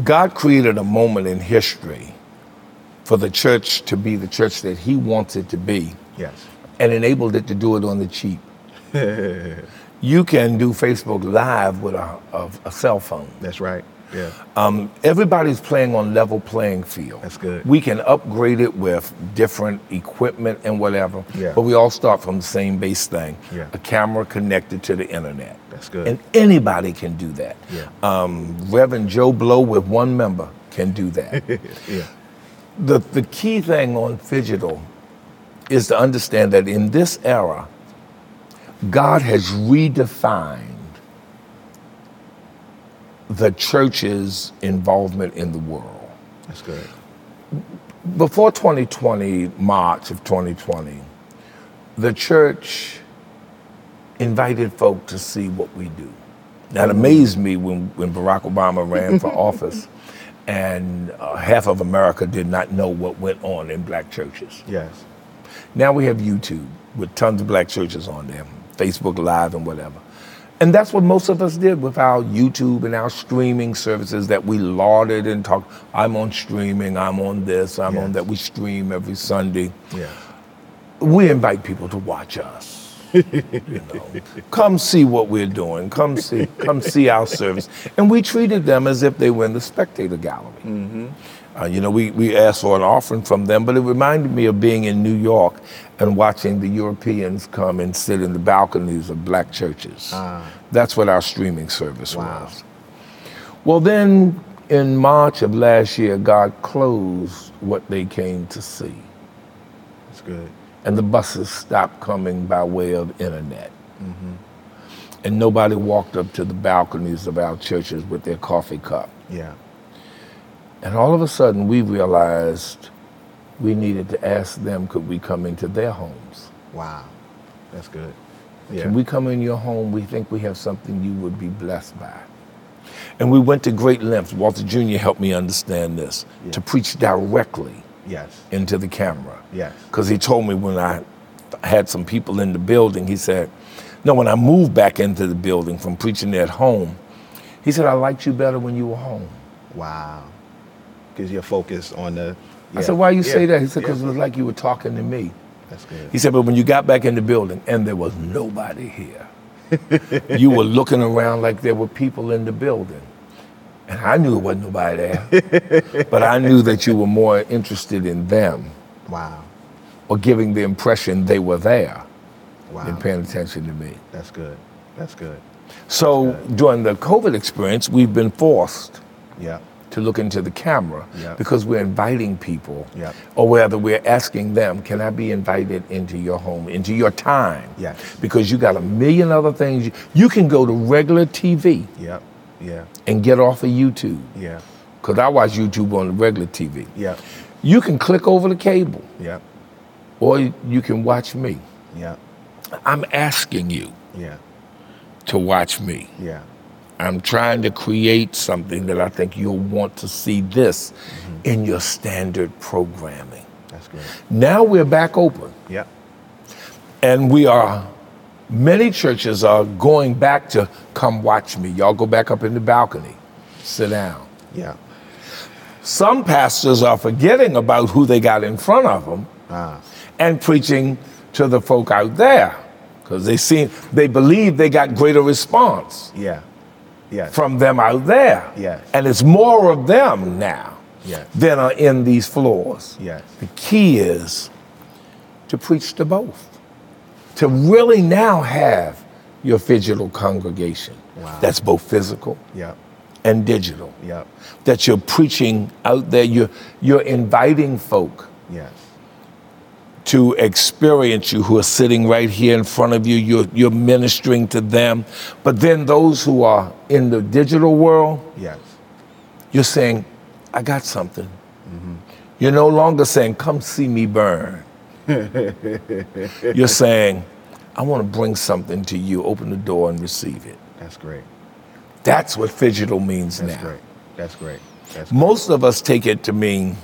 Speaker 2: God created a moment in history for the church to be the church that he wants it to be
Speaker 1: Yes.
Speaker 2: and enabled it to do it on the cheap. you can do Facebook Live with a, of a cell phone.
Speaker 1: That's right. Yeah.
Speaker 2: Um, everybody's playing on level playing field.
Speaker 1: That's good.
Speaker 2: We can upgrade it with different equipment and whatever,
Speaker 1: Yeah.
Speaker 2: but we all start from the same base thing:
Speaker 1: Yeah.
Speaker 2: a camera connected to the internet.
Speaker 1: That's good.
Speaker 2: And anybody can do that.
Speaker 1: Yeah.
Speaker 2: Um, Reverend Joe Blow with one member can do that.
Speaker 1: Yeah.
Speaker 2: the the key thing on digital is to understand that in this era, God has redefined the church's involvement in the world.
Speaker 1: That's good.
Speaker 2: Before 2020, March of 2020, the church invited folk to see what we do. That amazed me when, when Barack Obama ran for office and uh, half of America did not know what went on in black churches.
Speaker 1: Yes.
Speaker 2: Now we have YouTube with tons of black churches on there, Facebook Live and whatever. And that's what most of us did with our YouTube and our streaming services that we lauded and talked. I'm on streaming, I'm on this, I'm on
Speaker 1: Yes.
Speaker 2: that. We stream every Sunday.
Speaker 1: Yeah.
Speaker 2: We invite people to watch us. you know. Come see what we're doing. Come see, come see our service. And we treated them as if they were in the spectator gallery. Uh, you know, we, we asked for an offering from them, but it reminded me of being in New York and watching the Europeans come and sit in the balconies of black churches. That's what our streaming service was. Well, then in March of last year, God closed what they came to see,
Speaker 1: That's good.
Speaker 2: and the buses stopped coming by way of internet. Mm-hmm. And nobody walked up to the balconies of our churches with their coffee cup.
Speaker 1: Yeah.
Speaker 2: And all of a sudden, we realized we needed to ask them could we come into their homes?
Speaker 1: Wow. That's good. Yeah.
Speaker 2: Can we come in your home? We think we have something you would be blessed by. And we went to great lengths. Walter Jr. helped me understand this
Speaker 1: Yeah.
Speaker 2: to preach directly
Speaker 1: yes.
Speaker 2: into the camera.
Speaker 1: Yes.
Speaker 2: Because he told me when I had some people in the building, he said, No, when I moved back into the building from preaching at home, he said, I liked you better when you were home.
Speaker 1: Wow. Because you're focused on the.
Speaker 2: I said, Why you say that? He said, Because it was like you were talking to me.
Speaker 1: That's good.
Speaker 2: He said, but when you got back in the building and there was nobody here, you were looking around like there were people in the building. And I knew it wasn't nobody there, but I knew that you were more interested in them
Speaker 1: wow.
Speaker 2: or giving the impression they were there
Speaker 1: Wow.
Speaker 2: than paying attention to me.
Speaker 1: That's good. That's good.
Speaker 2: So during the COVID experience, we've been forced
Speaker 1: Yeah.
Speaker 2: to look into the camera
Speaker 1: Yeah.
Speaker 2: because we're inviting people,
Speaker 1: Yeah.
Speaker 2: or whether we're asking them, can I be invited into your home, into your time?
Speaker 1: Yes.
Speaker 2: Because you got a million other things. You- You can go to regular TV
Speaker 1: Yeah. Yeah.
Speaker 2: and get off of YouTube,
Speaker 1: Yeah.
Speaker 2: because I watch YouTube on the regular TV.
Speaker 1: Yeah.
Speaker 2: You can click over the cable,
Speaker 1: Yeah.
Speaker 2: or you can watch me.
Speaker 1: Yeah.
Speaker 2: I'm asking you
Speaker 1: Yeah.
Speaker 2: to watch me.
Speaker 1: Yeah.
Speaker 2: I'm trying to create something that I think you'll want to see this in your standard programming.
Speaker 1: That's good.
Speaker 2: Now we're back open,
Speaker 1: Yeah.
Speaker 2: and we are, many churches are going back to come watch me. Y'all go back up in the balcony, sit down.
Speaker 1: Yeah.
Speaker 2: Some pastors are forgetting about who they got in front of them
Speaker 1: Ah.
Speaker 2: and preaching to the folk out there because they seem, they believe they got greater response
Speaker 1: Yeah. Yes.
Speaker 2: from them out there.
Speaker 1: Yes.
Speaker 2: And it's more of them now
Speaker 1: Yes.
Speaker 2: than are in these floors.
Speaker 1: Yes.
Speaker 2: The key is to preach to both, to really now have your digital congregation
Speaker 1: Wow.
Speaker 2: that's both physical
Speaker 1: Yeah.
Speaker 2: and digital.
Speaker 1: Yeah.
Speaker 2: That you're preaching out there, you're, you're inviting folk
Speaker 1: Yes.
Speaker 2: to experience you who are sitting right here in front of you. You're, you're ministering to them. But then those who are in the digital world,
Speaker 1: Yes.
Speaker 2: You're saying, I got something. You're no longer saying, Come see me burn. You're saying, I want to bring something to you. Open the door and receive it.
Speaker 1: That's great.
Speaker 2: That's what fidgetal means
Speaker 1: That's
Speaker 2: now.
Speaker 1: great. That's great. That's great.
Speaker 2: Most of us take it to mean,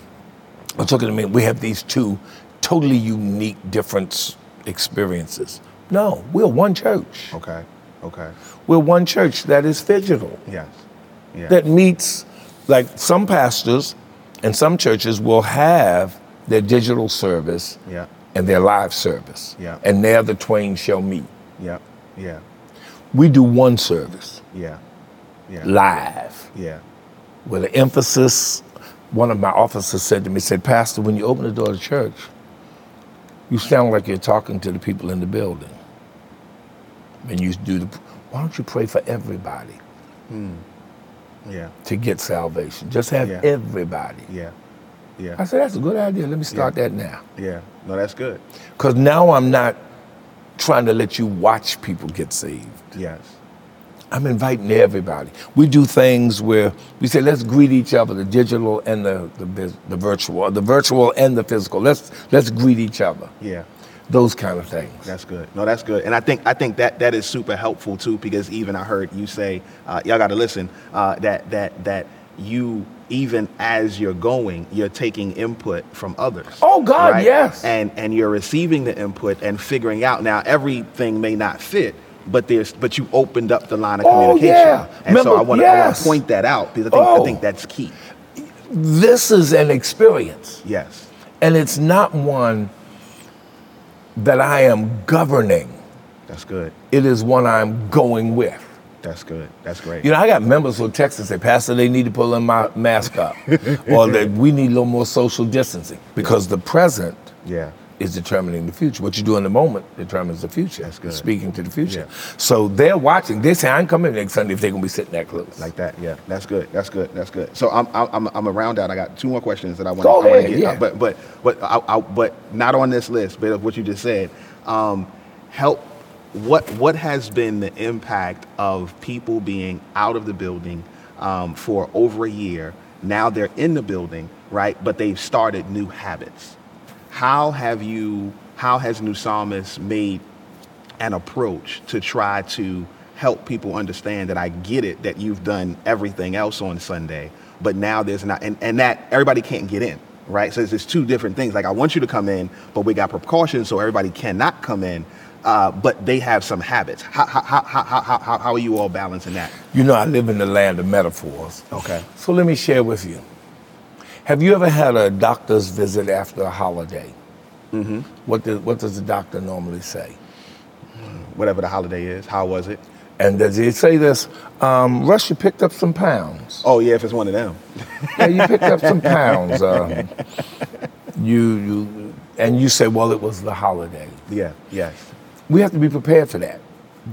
Speaker 2: or took it to mean, we have these two totally unique, different s- experiences. No, we're one church.
Speaker 1: Okay. Okay.
Speaker 2: We're one church that is fidgetal.
Speaker 1: Yes. Yeah.
Speaker 2: that meets, like some pastors and some churches will have their digital service
Speaker 1: Yeah.
Speaker 2: and their live service.
Speaker 1: Yeah.
Speaker 2: And there the twain shall meet.
Speaker 1: Yeah. Yeah.
Speaker 2: We do one service,
Speaker 1: Yeah. Yeah.
Speaker 2: live,
Speaker 1: Yeah.
Speaker 2: with an emphasis. One of my officers said to me, said, Pastor, when you open the door to church, you sound like you're talking to the people in the building. And you do the, why don't you pray for everybody
Speaker 1: Yeah.
Speaker 2: to get salvation? Just have
Speaker 1: Yeah.
Speaker 2: everybody.
Speaker 1: Yeah.
Speaker 2: I
Speaker 1: Yeah.
Speaker 2: said, that's a good idea. Let me start that now.
Speaker 1: Yeah. No, that's good.
Speaker 2: Because now I'm not trying to let you watch people get saved.
Speaker 1: Yes.
Speaker 2: I'm inviting everybody. We do things where we say, let's greet each other, the digital and the, the, vis- the virtual, or the virtual and the physical. Let's, let's greet each other,
Speaker 1: Yeah.
Speaker 2: those kind of things.
Speaker 1: That's good. No, that's good. And I think I think that that is super helpful too because even I heard you say uh, y'all got to listen uh, that that that you even as you're going you're taking input from others.
Speaker 2: Oh, God, yes.
Speaker 1: And and you're receiving the input and figuring out now everything may not fit. but there's but you opened up the line of
Speaker 2: Oh,
Speaker 1: communication.
Speaker 2: yeah.
Speaker 1: And so I
Speaker 2: Remember-
Speaker 1: want
Speaker 2: yes.
Speaker 1: to point that out because I think, I
Speaker 2: Oh.
Speaker 1: think that's key.
Speaker 2: This is an experience,
Speaker 1: Yes.
Speaker 2: and it's not one that I am governing.
Speaker 1: That's good.
Speaker 2: It is one I'm going with.
Speaker 1: That's good. That's great.
Speaker 2: You know, I got members from Texas say, Pastor, they need to pull in my mask up, or that we need a little more social distancing because the present
Speaker 1: yeah.
Speaker 2: is determining the future. What you do in the moment determines the future.
Speaker 1: That's good.
Speaker 2: Speaking to the future.
Speaker 1: Yeah.
Speaker 2: So they're watching. They say, I ain't coming next Sunday if they're going to be sitting that close.
Speaker 1: Like that, yeah. That's good. That's good. That's good. So I'm I'm I'm around out. I got two more questions that I want.
Speaker 2: Go
Speaker 1: I want
Speaker 2: ahead,
Speaker 1: to get. uh,
Speaker 2: yeah.
Speaker 1: But but but I, I, but not on this list. But of what you just said, um, help. What what has been the impact of people being out of the building um, for over a year? Now they're in the building, right? But they've started new habits. How have you? How has New Psalmist made an approach to try to help people understand that I get it that you've done everything else on Sunday, but now there's not, and, and that everybody can't get in, right? So it's, it's two different things. Like, I want you to come in, but we got precautions, so everybody cannot come in, uh, but they have some habits. How, how, how, how, how, how how are you all balancing that?
Speaker 2: You know, I live in the land of metaphors.
Speaker 1: Okay.
Speaker 2: So let me share with you. Have you ever had a doctor's visit after a holiday? Mm-hmm. What, do, what does the doctor normally say?
Speaker 1: Whatever the holiday is, how was it?
Speaker 2: And does he say this? Um, Russia picked up some pounds.
Speaker 1: Oh, yeah, if it's one of them.
Speaker 2: yeah, you picked up some pounds. Um, you, you, and you say, well, it was the holiday.
Speaker 1: Yeah, yes.
Speaker 2: We have to be prepared for that.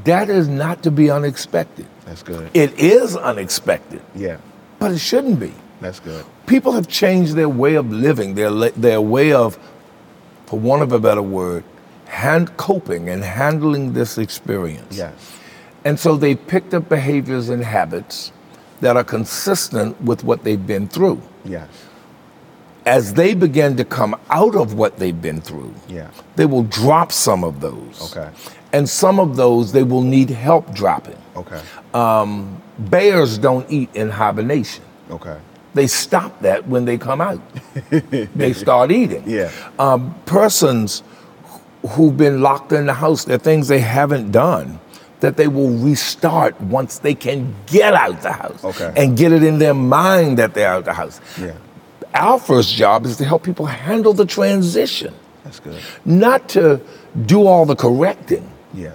Speaker 2: That is not to be unexpected.
Speaker 1: That's good.
Speaker 2: It is unexpected,
Speaker 1: Yeah,
Speaker 2: but it shouldn't be.
Speaker 1: that's good.
Speaker 2: People have changed their way of living, their, le- their way of, for want of a better word, hand coping and handling this experience.
Speaker 1: Yes.
Speaker 2: And so they picked up behaviors and habits that are consistent with what they've been through.
Speaker 1: Yes.
Speaker 2: As they begin to come out of what they've been through,
Speaker 1: Yeah.
Speaker 2: they will drop some of those.
Speaker 1: Okay.
Speaker 2: And some of those they will need help dropping.
Speaker 1: Okay.
Speaker 2: Um, bears don't eat in hibernation.
Speaker 1: Okay.
Speaker 2: They stop that when they come out. they start eating.
Speaker 1: Yeah.
Speaker 2: Um, persons who've been locked in the house, there are things they haven't done that they will restart once they can get out the house
Speaker 1: Okay.
Speaker 2: and get it in their mind that they're out the house.
Speaker 1: Yeah.
Speaker 2: Our first job is to help people handle the transition,
Speaker 1: That's good.
Speaker 2: not to do all the correcting.
Speaker 1: Yes.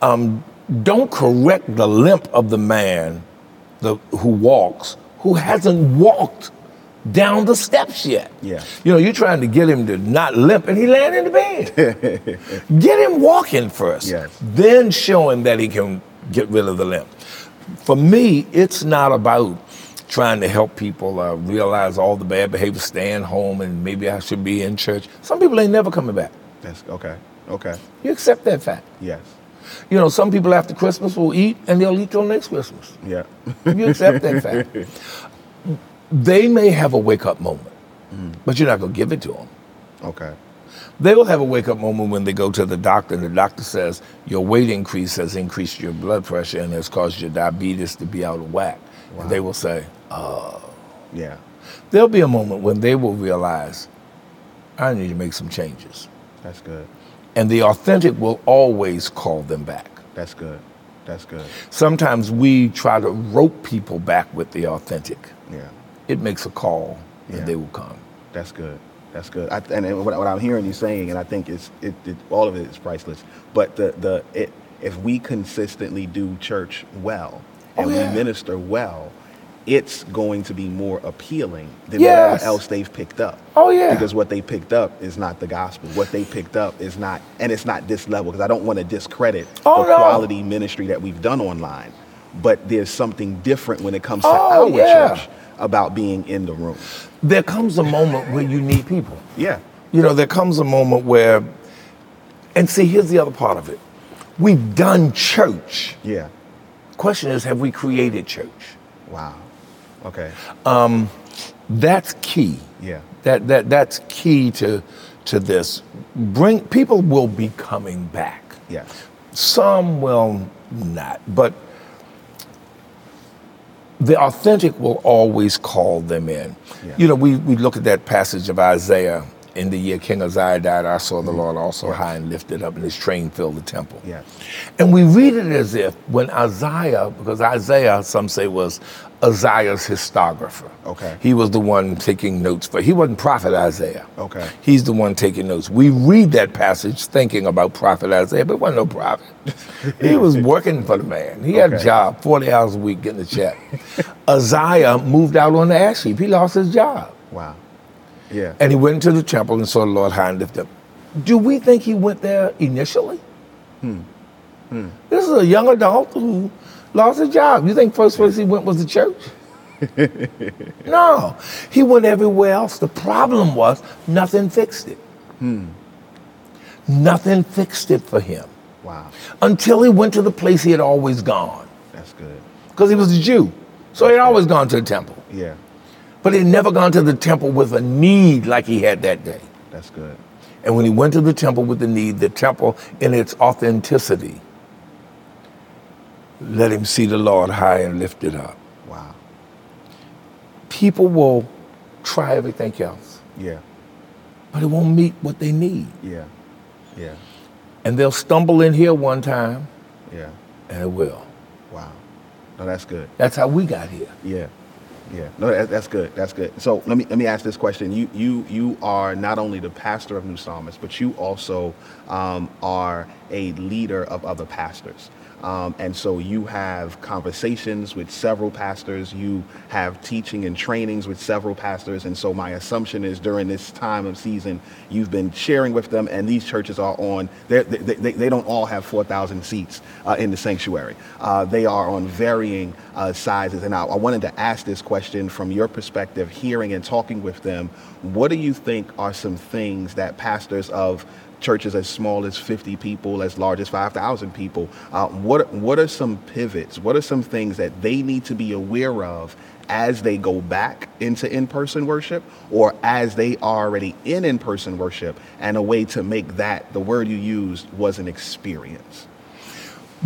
Speaker 2: Um, Don't correct the limp of the man the, who walks, who hasn't walked down the steps yet.
Speaker 1: Yeah.
Speaker 2: You know, you're trying to get him to not limp and he land in the bed. get him walking first.
Speaker 1: Yes.
Speaker 2: Then show him that he can get rid of the limp. For me, it's not about trying to help people uh, realize all the bad behavior, staying home, and maybe I should be in church. Some people ain't never coming back.
Speaker 1: That's okay. Okay.
Speaker 2: You accept that fact.
Speaker 1: Yes.
Speaker 2: You know, some people after Christmas will eat and they'll eat till next Christmas.
Speaker 1: Yeah.
Speaker 2: You accept that fact. They may have a wake up moment, but you're not going to give it to them.
Speaker 1: okay.
Speaker 2: They will have a wake up moment when they go to the doctor and the doctor says, Your weight increase has increased your blood pressure and has caused your diabetes to be out of whack. And they will say,
Speaker 1: Yeah.
Speaker 2: There'll be a moment when they will realize, I need to make some changes.
Speaker 1: That's good.
Speaker 2: And the authentic will always call them back.
Speaker 1: That's good. That's good.
Speaker 2: Sometimes we try to rope people back with the authentic.
Speaker 1: Yeah.
Speaker 2: It makes a call
Speaker 1: Yeah.
Speaker 2: and they will come.
Speaker 1: That's good. That's good. I, and and what, what I'm hearing you saying, and I think it's it, it all of it is priceless. But the the it if we consistently do church well and
Speaker 2: Oh, yeah.
Speaker 1: we minister well, it's going to be more appealing than
Speaker 2: Yes.
Speaker 1: whatever else they've picked up.
Speaker 2: Oh, yeah.
Speaker 1: Because what they picked up is not the gospel. What they picked up is not, and it's not this level. Because I don't want to discredit
Speaker 2: Oh,
Speaker 1: the
Speaker 2: no.
Speaker 1: quality ministry that we've done online. But there's something different when it comes to
Speaker 2: Oh,
Speaker 1: our
Speaker 2: yeah.
Speaker 1: church about being in the room.
Speaker 2: There comes a moment where you need people.
Speaker 1: Yeah.
Speaker 2: You know, there comes a moment where, and see, here's the other part of it. We've done church.
Speaker 1: Yeah.
Speaker 2: Question is, have we created church? Um,
Speaker 1: Wow. Okay.
Speaker 2: That's key.
Speaker 1: Yeah.
Speaker 2: That, that, that's key to, to this. Bring, people will be coming back.
Speaker 1: Yes.
Speaker 2: Some will not, but the authentic will always call them in.
Speaker 1: Yeah.
Speaker 2: You know, we, we look at that passage of Isaiah in the year King Uzziah died, I saw the
Speaker 1: Mm-hmm.
Speaker 2: Lord also high and lifted up, and his train filled the temple.
Speaker 1: Yes.
Speaker 2: And we read it as if when Isaiah, because Isaiah, some say, was Isaiah's historiographer.
Speaker 1: Okay.
Speaker 2: He was the one taking notes for, he wasn't Prophet Isaiah.
Speaker 1: Okay.
Speaker 2: He's the one taking notes. We read that passage thinking about Prophet Isaiah, but it wasn't no prophet. he was working for the man. He had a
Speaker 1: Okay.
Speaker 2: job, 40 hours a week getting a check. Isaiah moved out on the ash heap. He lost his job.
Speaker 1: Wow. Yeah.
Speaker 2: And he went into the temple and saw the Lord high and lifted up. Do we think he went there initially? This is a young adult who lost his job. You think first place he went was the church? no. He went everywhere else. The problem was nothing fixed it. Nothing fixed it for him
Speaker 1: wow.
Speaker 2: until he went to the place he had always gone
Speaker 1: That's good.
Speaker 2: because he was a Jew. So he had always gone to the temple,
Speaker 1: Yeah.
Speaker 2: but he had never gone to the temple with a need like he had that day.
Speaker 1: That's good.
Speaker 2: And when he went to the temple with the need, the temple in its authenticity, let him see the Lord high and lifted up.
Speaker 1: Wow.
Speaker 2: People will try everything else,
Speaker 1: Yeah.
Speaker 2: but it won't meet what they need.
Speaker 1: Yeah. Yeah.
Speaker 2: And they'll stumble in here one time,
Speaker 1: Yeah.
Speaker 2: and it will.
Speaker 1: Wow. No, that's good.
Speaker 2: That's how we got here.
Speaker 1: Yeah. Yeah. No, that, that's good. That's good. So let me let me ask this question. You you you are not only the pastor of New Psalmist, but you also um, are a leader of other pastors. Um, and so you have conversations with several pastors. You have teaching and trainings with several pastors. And so my assumption is during this time of season, you've been sharing with them. And these churches are on. they're- They they they don't all have four thousand seats uh, in the sanctuary. Uh, they are on varying uh, sizes. And I, I wanted to ask this question from your perspective, hearing and talking with them. What do you think are some things that pastors of churches as small as 50 people, as large as 5,000 people, uh, what, what are some pivots? What are some things that they need to be aware of as they go back into in person worship or as they are already in in person worship? And a way to make that, the word you used, was an experience.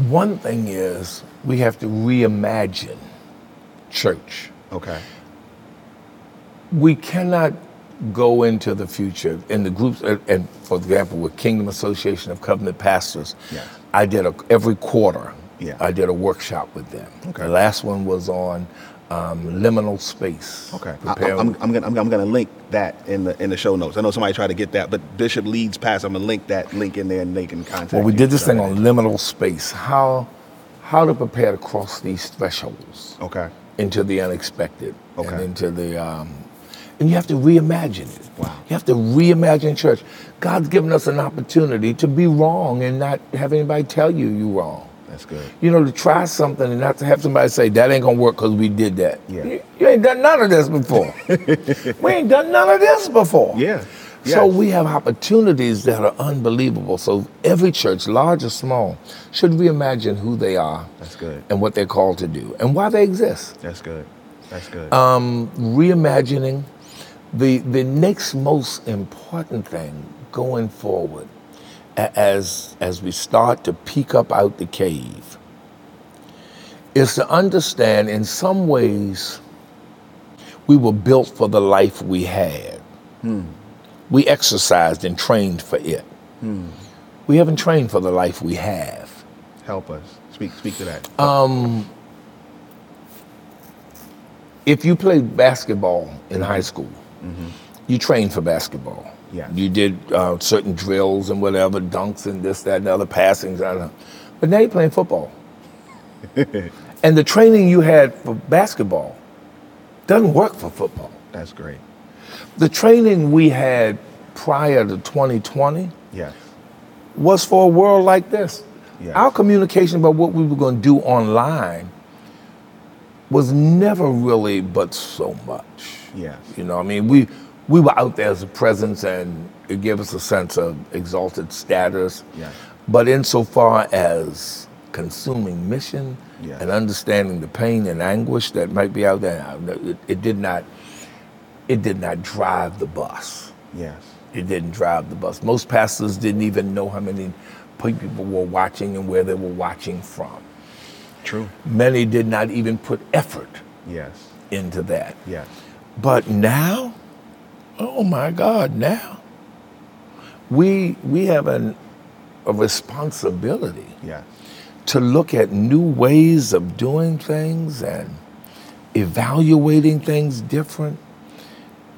Speaker 2: One thing is, we have to reimagine church.
Speaker 1: Okay.
Speaker 2: we cannot go into the future in the groups and- and for example with kingdom association of covenant pastors
Speaker 1: Yes.
Speaker 2: i did a, every quarter
Speaker 1: Yeah.
Speaker 2: i did a workshop with them
Speaker 1: Okay.
Speaker 2: the last one was on um, liminal space
Speaker 1: Okay, I,
Speaker 2: Preparing-
Speaker 1: am gonna, I'm, gonna- I'm gonna link that in the in the show notes. I know somebody tried to get that, but Bishop Leeds Pass. I'm gonna link that link in there, and they can contact.
Speaker 2: well we
Speaker 1: you.
Speaker 2: did this thing on liminal space how how to prepare to cross these thresholds
Speaker 1: Okay.
Speaker 2: into the unexpected and
Speaker 1: Okay.
Speaker 2: into the um, and you have to reimagine it
Speaker 1: Wow.
Speaker 2: you have to reimagine church god's given us an opportunity to be wrong and not have anybody tell you you wrong
Speaker 1: That's good.
Speaker 2: you know to try something and not to have somebody say that ain't gonna work because we did that
Speaker 1: Yeah.
Speaker 2: you, you ain't done none of this before we ain't done none of this before
Speaker 1: Yeah.
Speaker 2: so
Speaker 1: Yes.
Speaker 2: we have opportunities that are unbelievable so every church large or small should reimagine who they are
Speaker 1: That's good.
Speaker 2: and what they're called to do and why they exist
Speaker 1: That's good. That's good.
Speaker 2: Uh, reimagining the the next most important thing going forward a- as as we start to peek up out the cave is to understand in some ways we were built for the life we had we exercised and trained for it we haven't trained for the life we have
Speaker 1: Help us. Speak. Speak to that.
Speaker 2: uh, if you played basketball in high school, you trained for basketball.
Speaker 1: Yes.
Speaker 2: You did uh, certain drills and whatever, dunks and this, that, and the other passings. I don't know. But now you're playing football. and the training you had for basketball doesn't work for football.
Speaker 1: That's great.
Speaker 2: The training we had prior to 2020
Speaker 1: Yes.
Speaker 2: was for a world like this.
Speaker 1: Yes.
Speaker 2: Our communication about what we were going to do online was never really but so much.
Speaker 1: Yes.
Speaker 2: You know, I mean, we we were out there as a presence, and it gave us a sense of exalted status.
Speaker 1: Yes.
Speaker 2: But insofar as consuming mission
Speaker 1: Yes.
Speaker 2: and understanding the pain and anguish that might be out there, I- it, it did not it did not drive the bus.
Speaker 1: Yes.
Speaker 2: It didn't drive the bus. Most pastors didn't even know how many people were watching and where they were watching from.
Speaker 1: True.
Speaker 2: Many did not even put effort
Speaker 1: Yes.
Speaker 2: into that.
Speaker 1: Yes.
Speaker 2: But now, oh my God, now we we have an, a responsibility
Speaker 1: Yes.
Speaker 2: to look at new ways of doing things and evaluating things different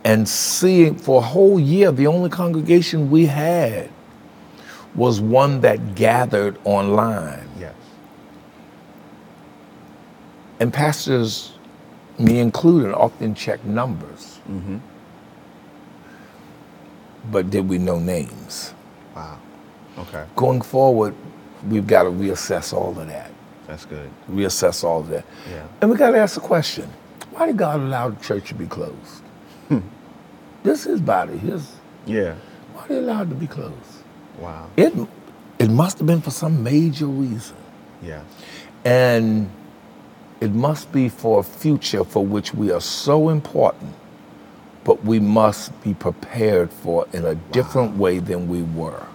Speaker 2: and seeing for a whole year the only congregation we had was one that gathered online
Speaker 1: Yes.
Speaker 2: and pastors me included often check numbers but did we know names
Speaker 1: Wow. Okay.
Speaker 2: going forward we've got to reassess all of that
Speaker 1: That's good.
Speaker 2: reassess all of that.
Speaker 1: Yeah.
Speaker 2: And we got to ask the question why did God allow the church to be closed?
Speaker 1: Hmm.
Speaker 2: This is body. His,
Speaker 1: Yeah.
Speaker 2: why did he allow it to be closed?
Speaker 1: Wow.
Speaker 2: It, it must have been for some major reason.
Speaker 1: Yeah.
Speaker 2: And it must be for a future for which we are so important, but we must be prepared for in a different way than we were.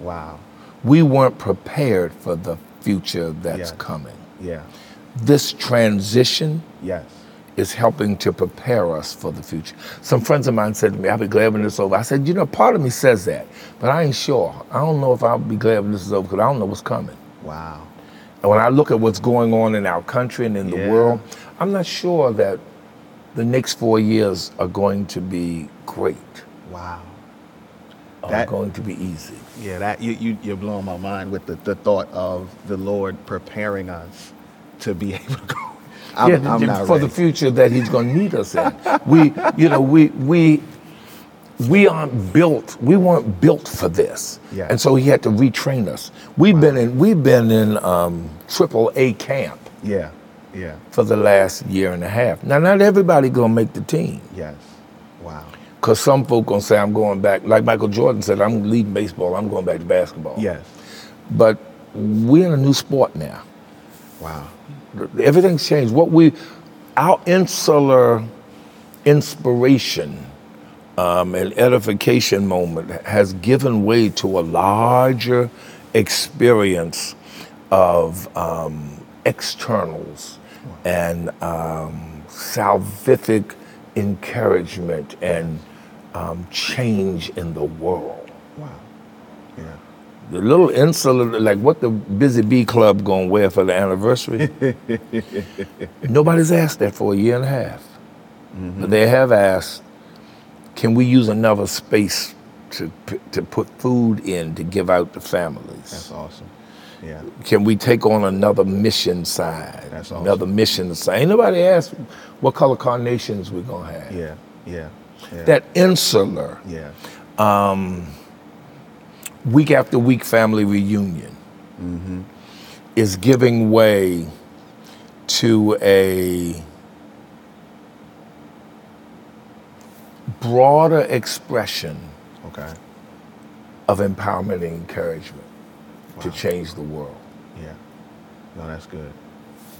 Speaker 1: Wow.
Speaker 2: We weren't prepared for the future that's
Speaker 1: Yeah.
Speaker 2: coming.
Speaker 1: Yeah.
Speaker 2: This transition
Speaker 1: Yes.
Speaker 2: is helping to prepare us for the future. Some friends of mine said to me, I'll be glad when this is over. I said, you know, part of me says that, but I ain't sure. I don't know if I'll be glad when this is over because I don't know what's coming.
Speaker 1: Wow.
Speaker 2: And when I look at what's going on in our country and in
Speaker 1: Yeah.
Speaker 2: the world, I'm not sure that the next four years are going to be great,
Speaker 1: Wow.
Speaker 2: are
Speaker 1: That-
Speaker 2: going to be easy.
Speaker 1: Yeah, that you, you you're blowing my mind with the, the thought of the Lord preparing us to be able to go. I'm,
Speaker 2: yeah,
Speaker 1: I'm not
Speaker 2: for
Speaker 1: ready.
Speaker 2: the future that he's going to need us in. we, you know, we we we aren't built. We weren't built for this,
Speaker 1: Yeah.
Speaker 2: and so he had to retrain us. We've been in we've been in um, triple A camp
Speaker 1: yeah, yeah,
Speaker 2: for the last year and a half. Now, not everybody going to make the team,
Speaker 1: yes. Wow.
Speaker 2: because some folk going to say I'm going back. Like Michael Jordan said, I'm leaving baseball. I'm going back to basketball.
Speaker 1: Yes.
Speaker 2: but we're in a new sport now.
Speaker 1: Wow.
Speaker 2: Everything's changed. What we, our insular inspiration um, and edification moment has given way to a larger experience of um, externals and um, salvific encouragement and um, change in the world
Speaker 1: Wow. Yeah.
Speaker 2: the little insular, like what the Busy Bee Club gonna wear for the anniversary. Nobody's asked that for a year and a half.
Speaker 1: Mm-hmm.
Speaker 2: But they have asked, can we use another space to, p- to put food in to give out to families?
Speaker 1: That's awesome. Yeah.
Speaker 2: can we take on another mission side?
Speaker 1: That's awesome.
Speaker 2: another mission side. Ain't nobody asked what color carnations we're gonna have.
Speaker 1: Yeah. Yeah. Yeah.
Speaker 2: That insular,
Speaker 1: yeah.
Speaker 2: week after week family reunion is giving way to a broader expression
Speaker 1: Okay.
Speaker 2: of empowerment and encouragement to change the world.
Speaker 1: Yeah. No, that's good.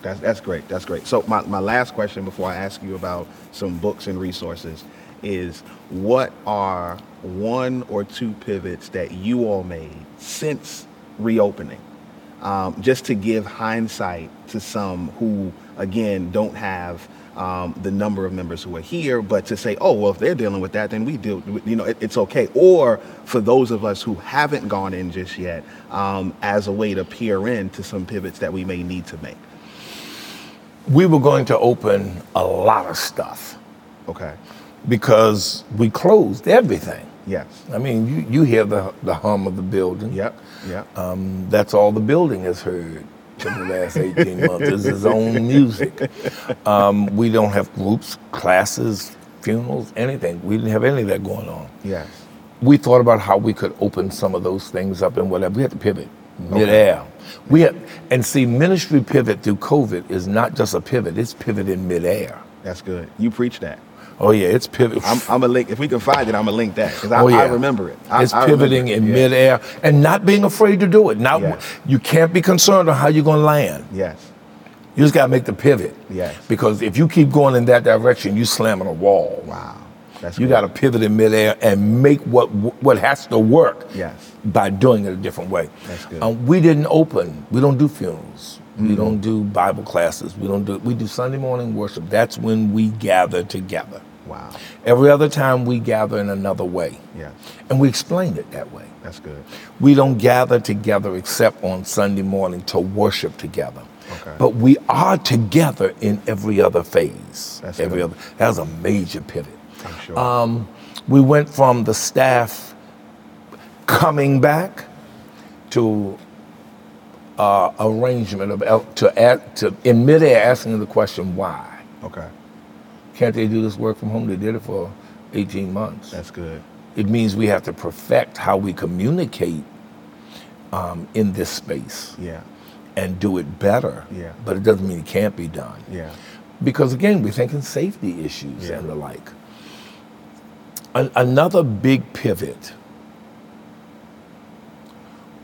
Speaker 1: That's that's great. That's great. So my, my last question before I ask you about some books and resources is what are one or two pivots that you all made since reopening? Um, just to give hindsight to some who again don't have um, the number of members who are here, but to say, oh well, if they're dealing with that, then we deal. You know, it, it's okay. Or for those of us who haven't gone in just yet, um, as a way to peer in to some pivots that we may need to make.
Speaker 2: We were going to open a lot of stuff
Speaker 1: Okay.
Speaker 2: because we closed everything.
Speaker 1: Yes.
Speaker 2: I mean, you, you hear the, the hum of the building.
Speaker 1: Yep. Yep.
Speaker 2: Um, that's all the building has heard in the last 18 months is his own music. Um, we don't have groups, classes, funerals, anything. We didn't have any of that going on.
Speaker 1: yes.
Speaker 2: We thought about how we could open some of those things up and whatever. We had to pivot midair. We had, and see, ministry pivot through COVID is not just a pivot, it's pivot in midair.
Speaker 1: That's good. You preach that.
Speaker 2: Oh, yeah, it's pivot.
Speaker 1: I'm, I'm a link. If we can find it, I'm a link that because I,
Speaker 2: Oh, yeah.
Speaker 1: I remember it. I,
Speaker 2: it's
Speaker 1: I remember
Speaker 2: pivoting
Speaker 1: it.
Speaker 2: in
Speaker 1: Yeah.
Speaker 2: midair and not being afraid to do it. Not,
Speaker 1: Yes.
Speaker 2: You can't be concerned on how you're going to land.
Speaker 1: Yes.
Speaker 2: You just gotta make the pivot.
Speaker 1: Yes.
Speaker 2: Because if you keep going in that direction, you slamming a wall.
Speaker 1: Wow. That's
Speaker 2: You
Speaker 1: good.
Speaker 2: gotta pivot in midair and make what what has to work.
Speaker 1: Yes.
Speaker 2: By doing it a different way.
Speaker 1: That's good. Mm-hmm.
Speaker 2: Um, we didn't open. We don't do funerals. We don't do Bible classes. We don't do. We do Sunday morning worship. That's when we gather together.
Speaker 1: Wow.
Speaker 2: Every other time we gather in another way.
Speaker 1: Yes.
Speaker 2: And we explain it that way.
Speaker 1: That's good.
Speaker 2: We don't gather together except on Sunday morning to worship together.
Speaker 1: Okay.
Speaker 2: But we are together in every other phase.
Speaker 1: That's
Speaker 2: every
Speaker 1: good.
Speaker 2: other. That's a major pivot.
Speaker 1: I'm sure.
Speaker 2: Um, we went from the staff coming back to uh, arrangement of el- to add, to in midair asking the question why
Speaker 1: okay.
Speaker 2: can't they do this work from home? They did it for 18 months.
Speaker 1: That's good.
Speaker 2: It means we have to perfect how we communicate um, in this space
Speaker 1: Yeah.
Speaker 2: and do it better.
Speaker 1: Yeah.
Speaker 2: But it doesn't mean it can't be done.
Speaker 1: Yeah.
Speaker 2: Because again, we're thinking safety issues
Speaker 1: Yeah.
Speaker 2: and the like. An- another big pivot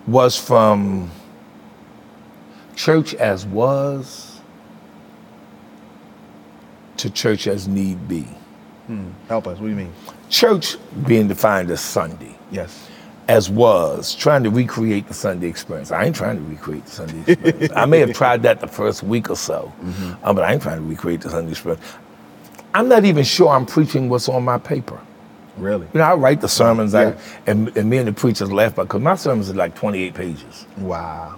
Speaker 2: was from church as was to church as need be.
Speaker 1: Help us. What do you mean?
Speaker 2: Church being defined as Sunday,
Speaker 1: Yes.
Speaker 2: as was, trying to recreate the Sunday experience. I ain't trying to recreate the Sunday experience. I may have tried that the first week or so, uh, but I ain't trying to recreate the Sunday experience. I'm not even sure I'm preaching what's on my paper.
Speaker 1: Really?
Speaker 2: You know, I write the sermons,
Speaker 1: Yeah.
Speaker 2: I, and, and me and the preachers laugh because my sermons are like 28 pages.
Speaker 1: Wow.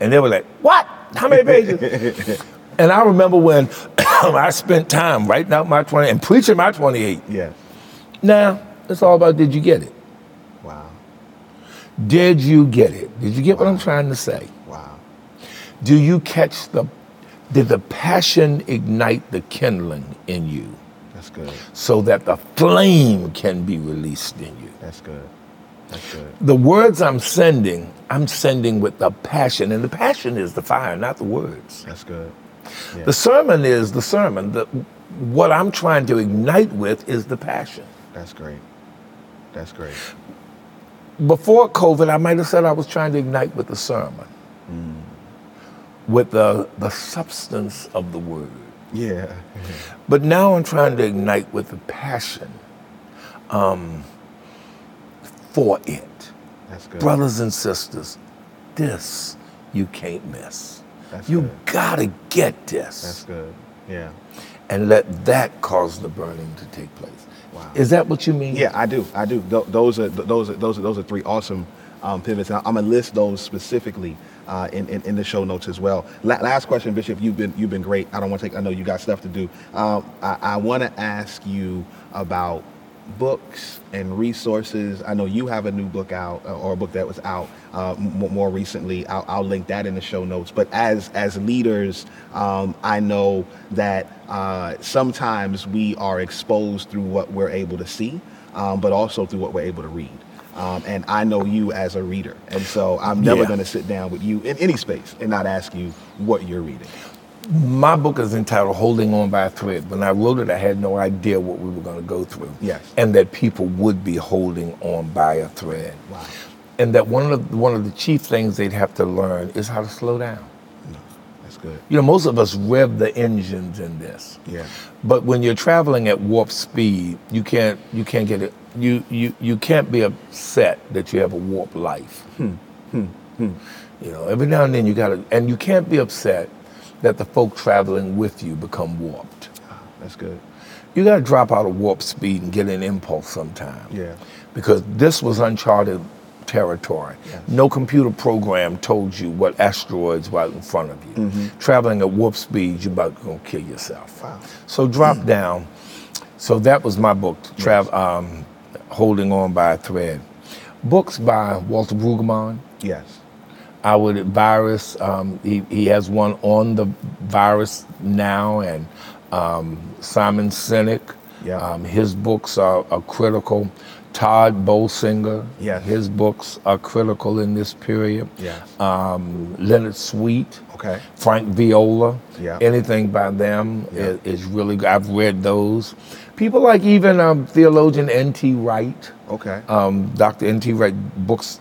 Speaker 2: And they were like, What? How many pages? and I remember when I spent time writing out my 20 and preaching my 28.
Speaker 1: Yes.
Speaker 2: Now, it's all about did you get it?
Speaker 1: Wow.
Speaker 2: Did you get it? Did you get what I'm trying to say?
Speaker 1: Wow.
Speaker 2: Do you catch the, did the passion ignite the kindling in you
Speaker 1: That's good.
Speaker 2: so that the flame can be released in you?
Speaker 1: That's good. That's good.
Speaker 2: The words I'm sending, I'm sending with the passion, and the passion is the fire, not the words.
Speaker 1: That's good. Yeah.
Speaker 2: The sermon is the sermon. The, what I'm trying to ignite with is the passion.
Speaker 1: That's great. That's great.
Speaker 2: before COVID, I might have said I was trying to ignite with the sermon, with the, the substance of the word.
Speaker 1: Yeah.
Speaker 2: But now I'm trying to ignite with the passion um, for it.
Speaker 1: That's good.
Speaker 2: Brothers and sisters, this you can't miss.
Speaker 1: That's
Speaker 2: you
Speaker 1: good.
Speaker 2: gotta get
Speaker 1: That's
Speaker 2: this
Speaker 1: good. Yeah.
Speaker 2: and let that cause the burning to take place.
Speaker 1: Wow.
Speaker 2: Is that what you mean?
Speaker 1: Yeah, I do. I do. Tho- Those are th- those are those are those are three awesome um, pivots. And I'm gonna list those specifically uh, in, in in the show notes as well. La- last question, Bishop. You've been you've been great. I don't want to take. I know you got stuff to do. Um, I, I want to ask you about books and resources. I know you have a new book out uh, or a book that was out uh, m- more recently. I'll, I'll link that in the show notes. But as as leaders, um, I know that uh, sometimes we are exposed through what we're able to see, um, but also through what we're able to read. Um, and I know you as a reader, and so I'm never
Speaker 2: Yeah.
Speaker 1: going to sit down with you in any space and not ask you what you're reading.
Speaker 2: My book is entitled Holding On by a Thread. When I wrote it, I had no idea what we were going to go through.
Speaker 1: Yes.
Speaker 2: And that people would be holding on by a thread.
Speaker 1: Wow.
Speaker 2: And that one of, the, one of the chief things they'd have to learn is how to slow down.
Speaker 1: That's good.
Speaker 2: You know, most of us rev the engines in this.
Speaker 1: Yeah.
Speaker 2: But when you're traveling at warp speed, you can't, you can't get it. You, you, you can't be upset that you have a warp life. You know, every now and then you got to, and you can't be upset that the folk traveling with you become warped.
Speaker 1: That's good.
Speaker 2: You got to drop out of warp speed and get an impulse sometime.
Speaker 1: Yeah.
Speaker 2: Because this was uncharted territory. No computer program told you what asteroids were out in front of you. Traveling at warp speed, you're about going to kill yourself.
Speaker 1: Mm-hmm. Wow.
Speaker 2: So drop down. So that was my book, Trav, um, Holding On by a Thread. Books by Walter Brueggemann.
Speaker 1: Yes.
Speaker 2: I would virus. Um, he, he has one on the virus now, and um, Simon Sinek.
Speaker 1: Yeah.
Speaker 2: Um, his books are, are critical. Todd Bolsinger.
Speaker 1: Yes.
Speaker 2: His books are critical in this period.
Speaker 1: Yes.
Speaker 2: Um, Leonard Sweet.
Speaker 1: Okay.
Speaker 2: Frank Viola.
Speaker 1: Yeah.
Speaker 2: Anything by them i-
Speaker 1: Yeah.
Speaker 2: is, really good. I've read those. People like even um, theologian N.T. Wright
Speaker 1: Okay.
Speaker 2: um, Dr. N.T. write books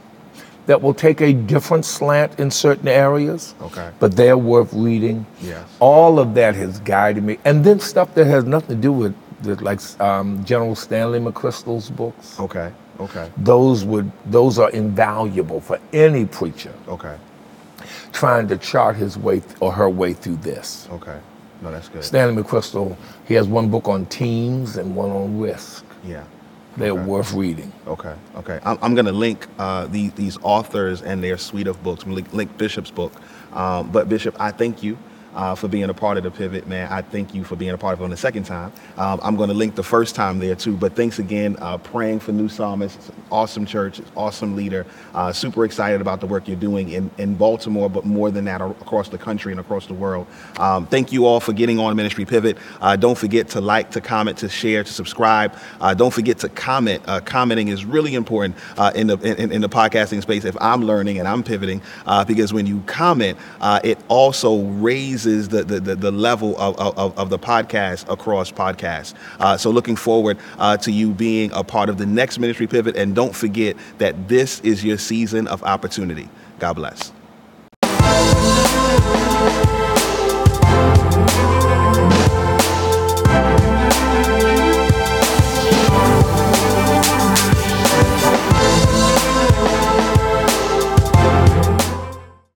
Speaker 2: that will take a different slant in certain areas,
Speaker 1: Okay.
Speaker 2: but they're worth reading.
Speaker 1: Yes.
Speaker 2: All of that has guided me. And then stuff that has nothing to do with, with like um, General Stanley McChrystal's books.
Speaker 1: okay. Okay.
Speaker 2: Those would those are invaluable for any preacher
Speaker 1: Okay.
Speaker 2: trying to chart his way th- or her way through this.
Speaker 1: Okay. No, that's good.
Speaker 2: Stanley McChrystal, he has one book on teams and one on risk.
Speaker 1: Yeah.
Speaker 2: They're worth reading.
Speaker 1: Okay. Okay. I'm, I'm going to link uh, these these authors and their suite of books. I'm gonna link, link Bishop's book. Um, but Bishop, I thank you. Uh, for being a part of the pivot, man. I thank you for being a part of it on the second time. Um, I'm going to link the first time there too. But thanks again, uh, praying for New Psalmist. It's an awesome church, it's an awesome leader. Uh, super excited about the work you're doing in, in Baltimore, but more than that, ar- across the country and across the world. Um, thank you all for getting on Ministry Pivot. Uh, don't forget to like, to comment, to share, to subscribe. Uh, don't forget to comment. Uh, commenting is really important uh, in the in, in the podcasting space. If I'm learning and I'm pivoting, uh, because when you comment, uh, it also raises the the, the, the level of, of, of the podcast across podcasts. Uh, so looking forward uh, to you being a part of the next Ministry Pivot, and don't forget that this is your season of opportunity. God bless.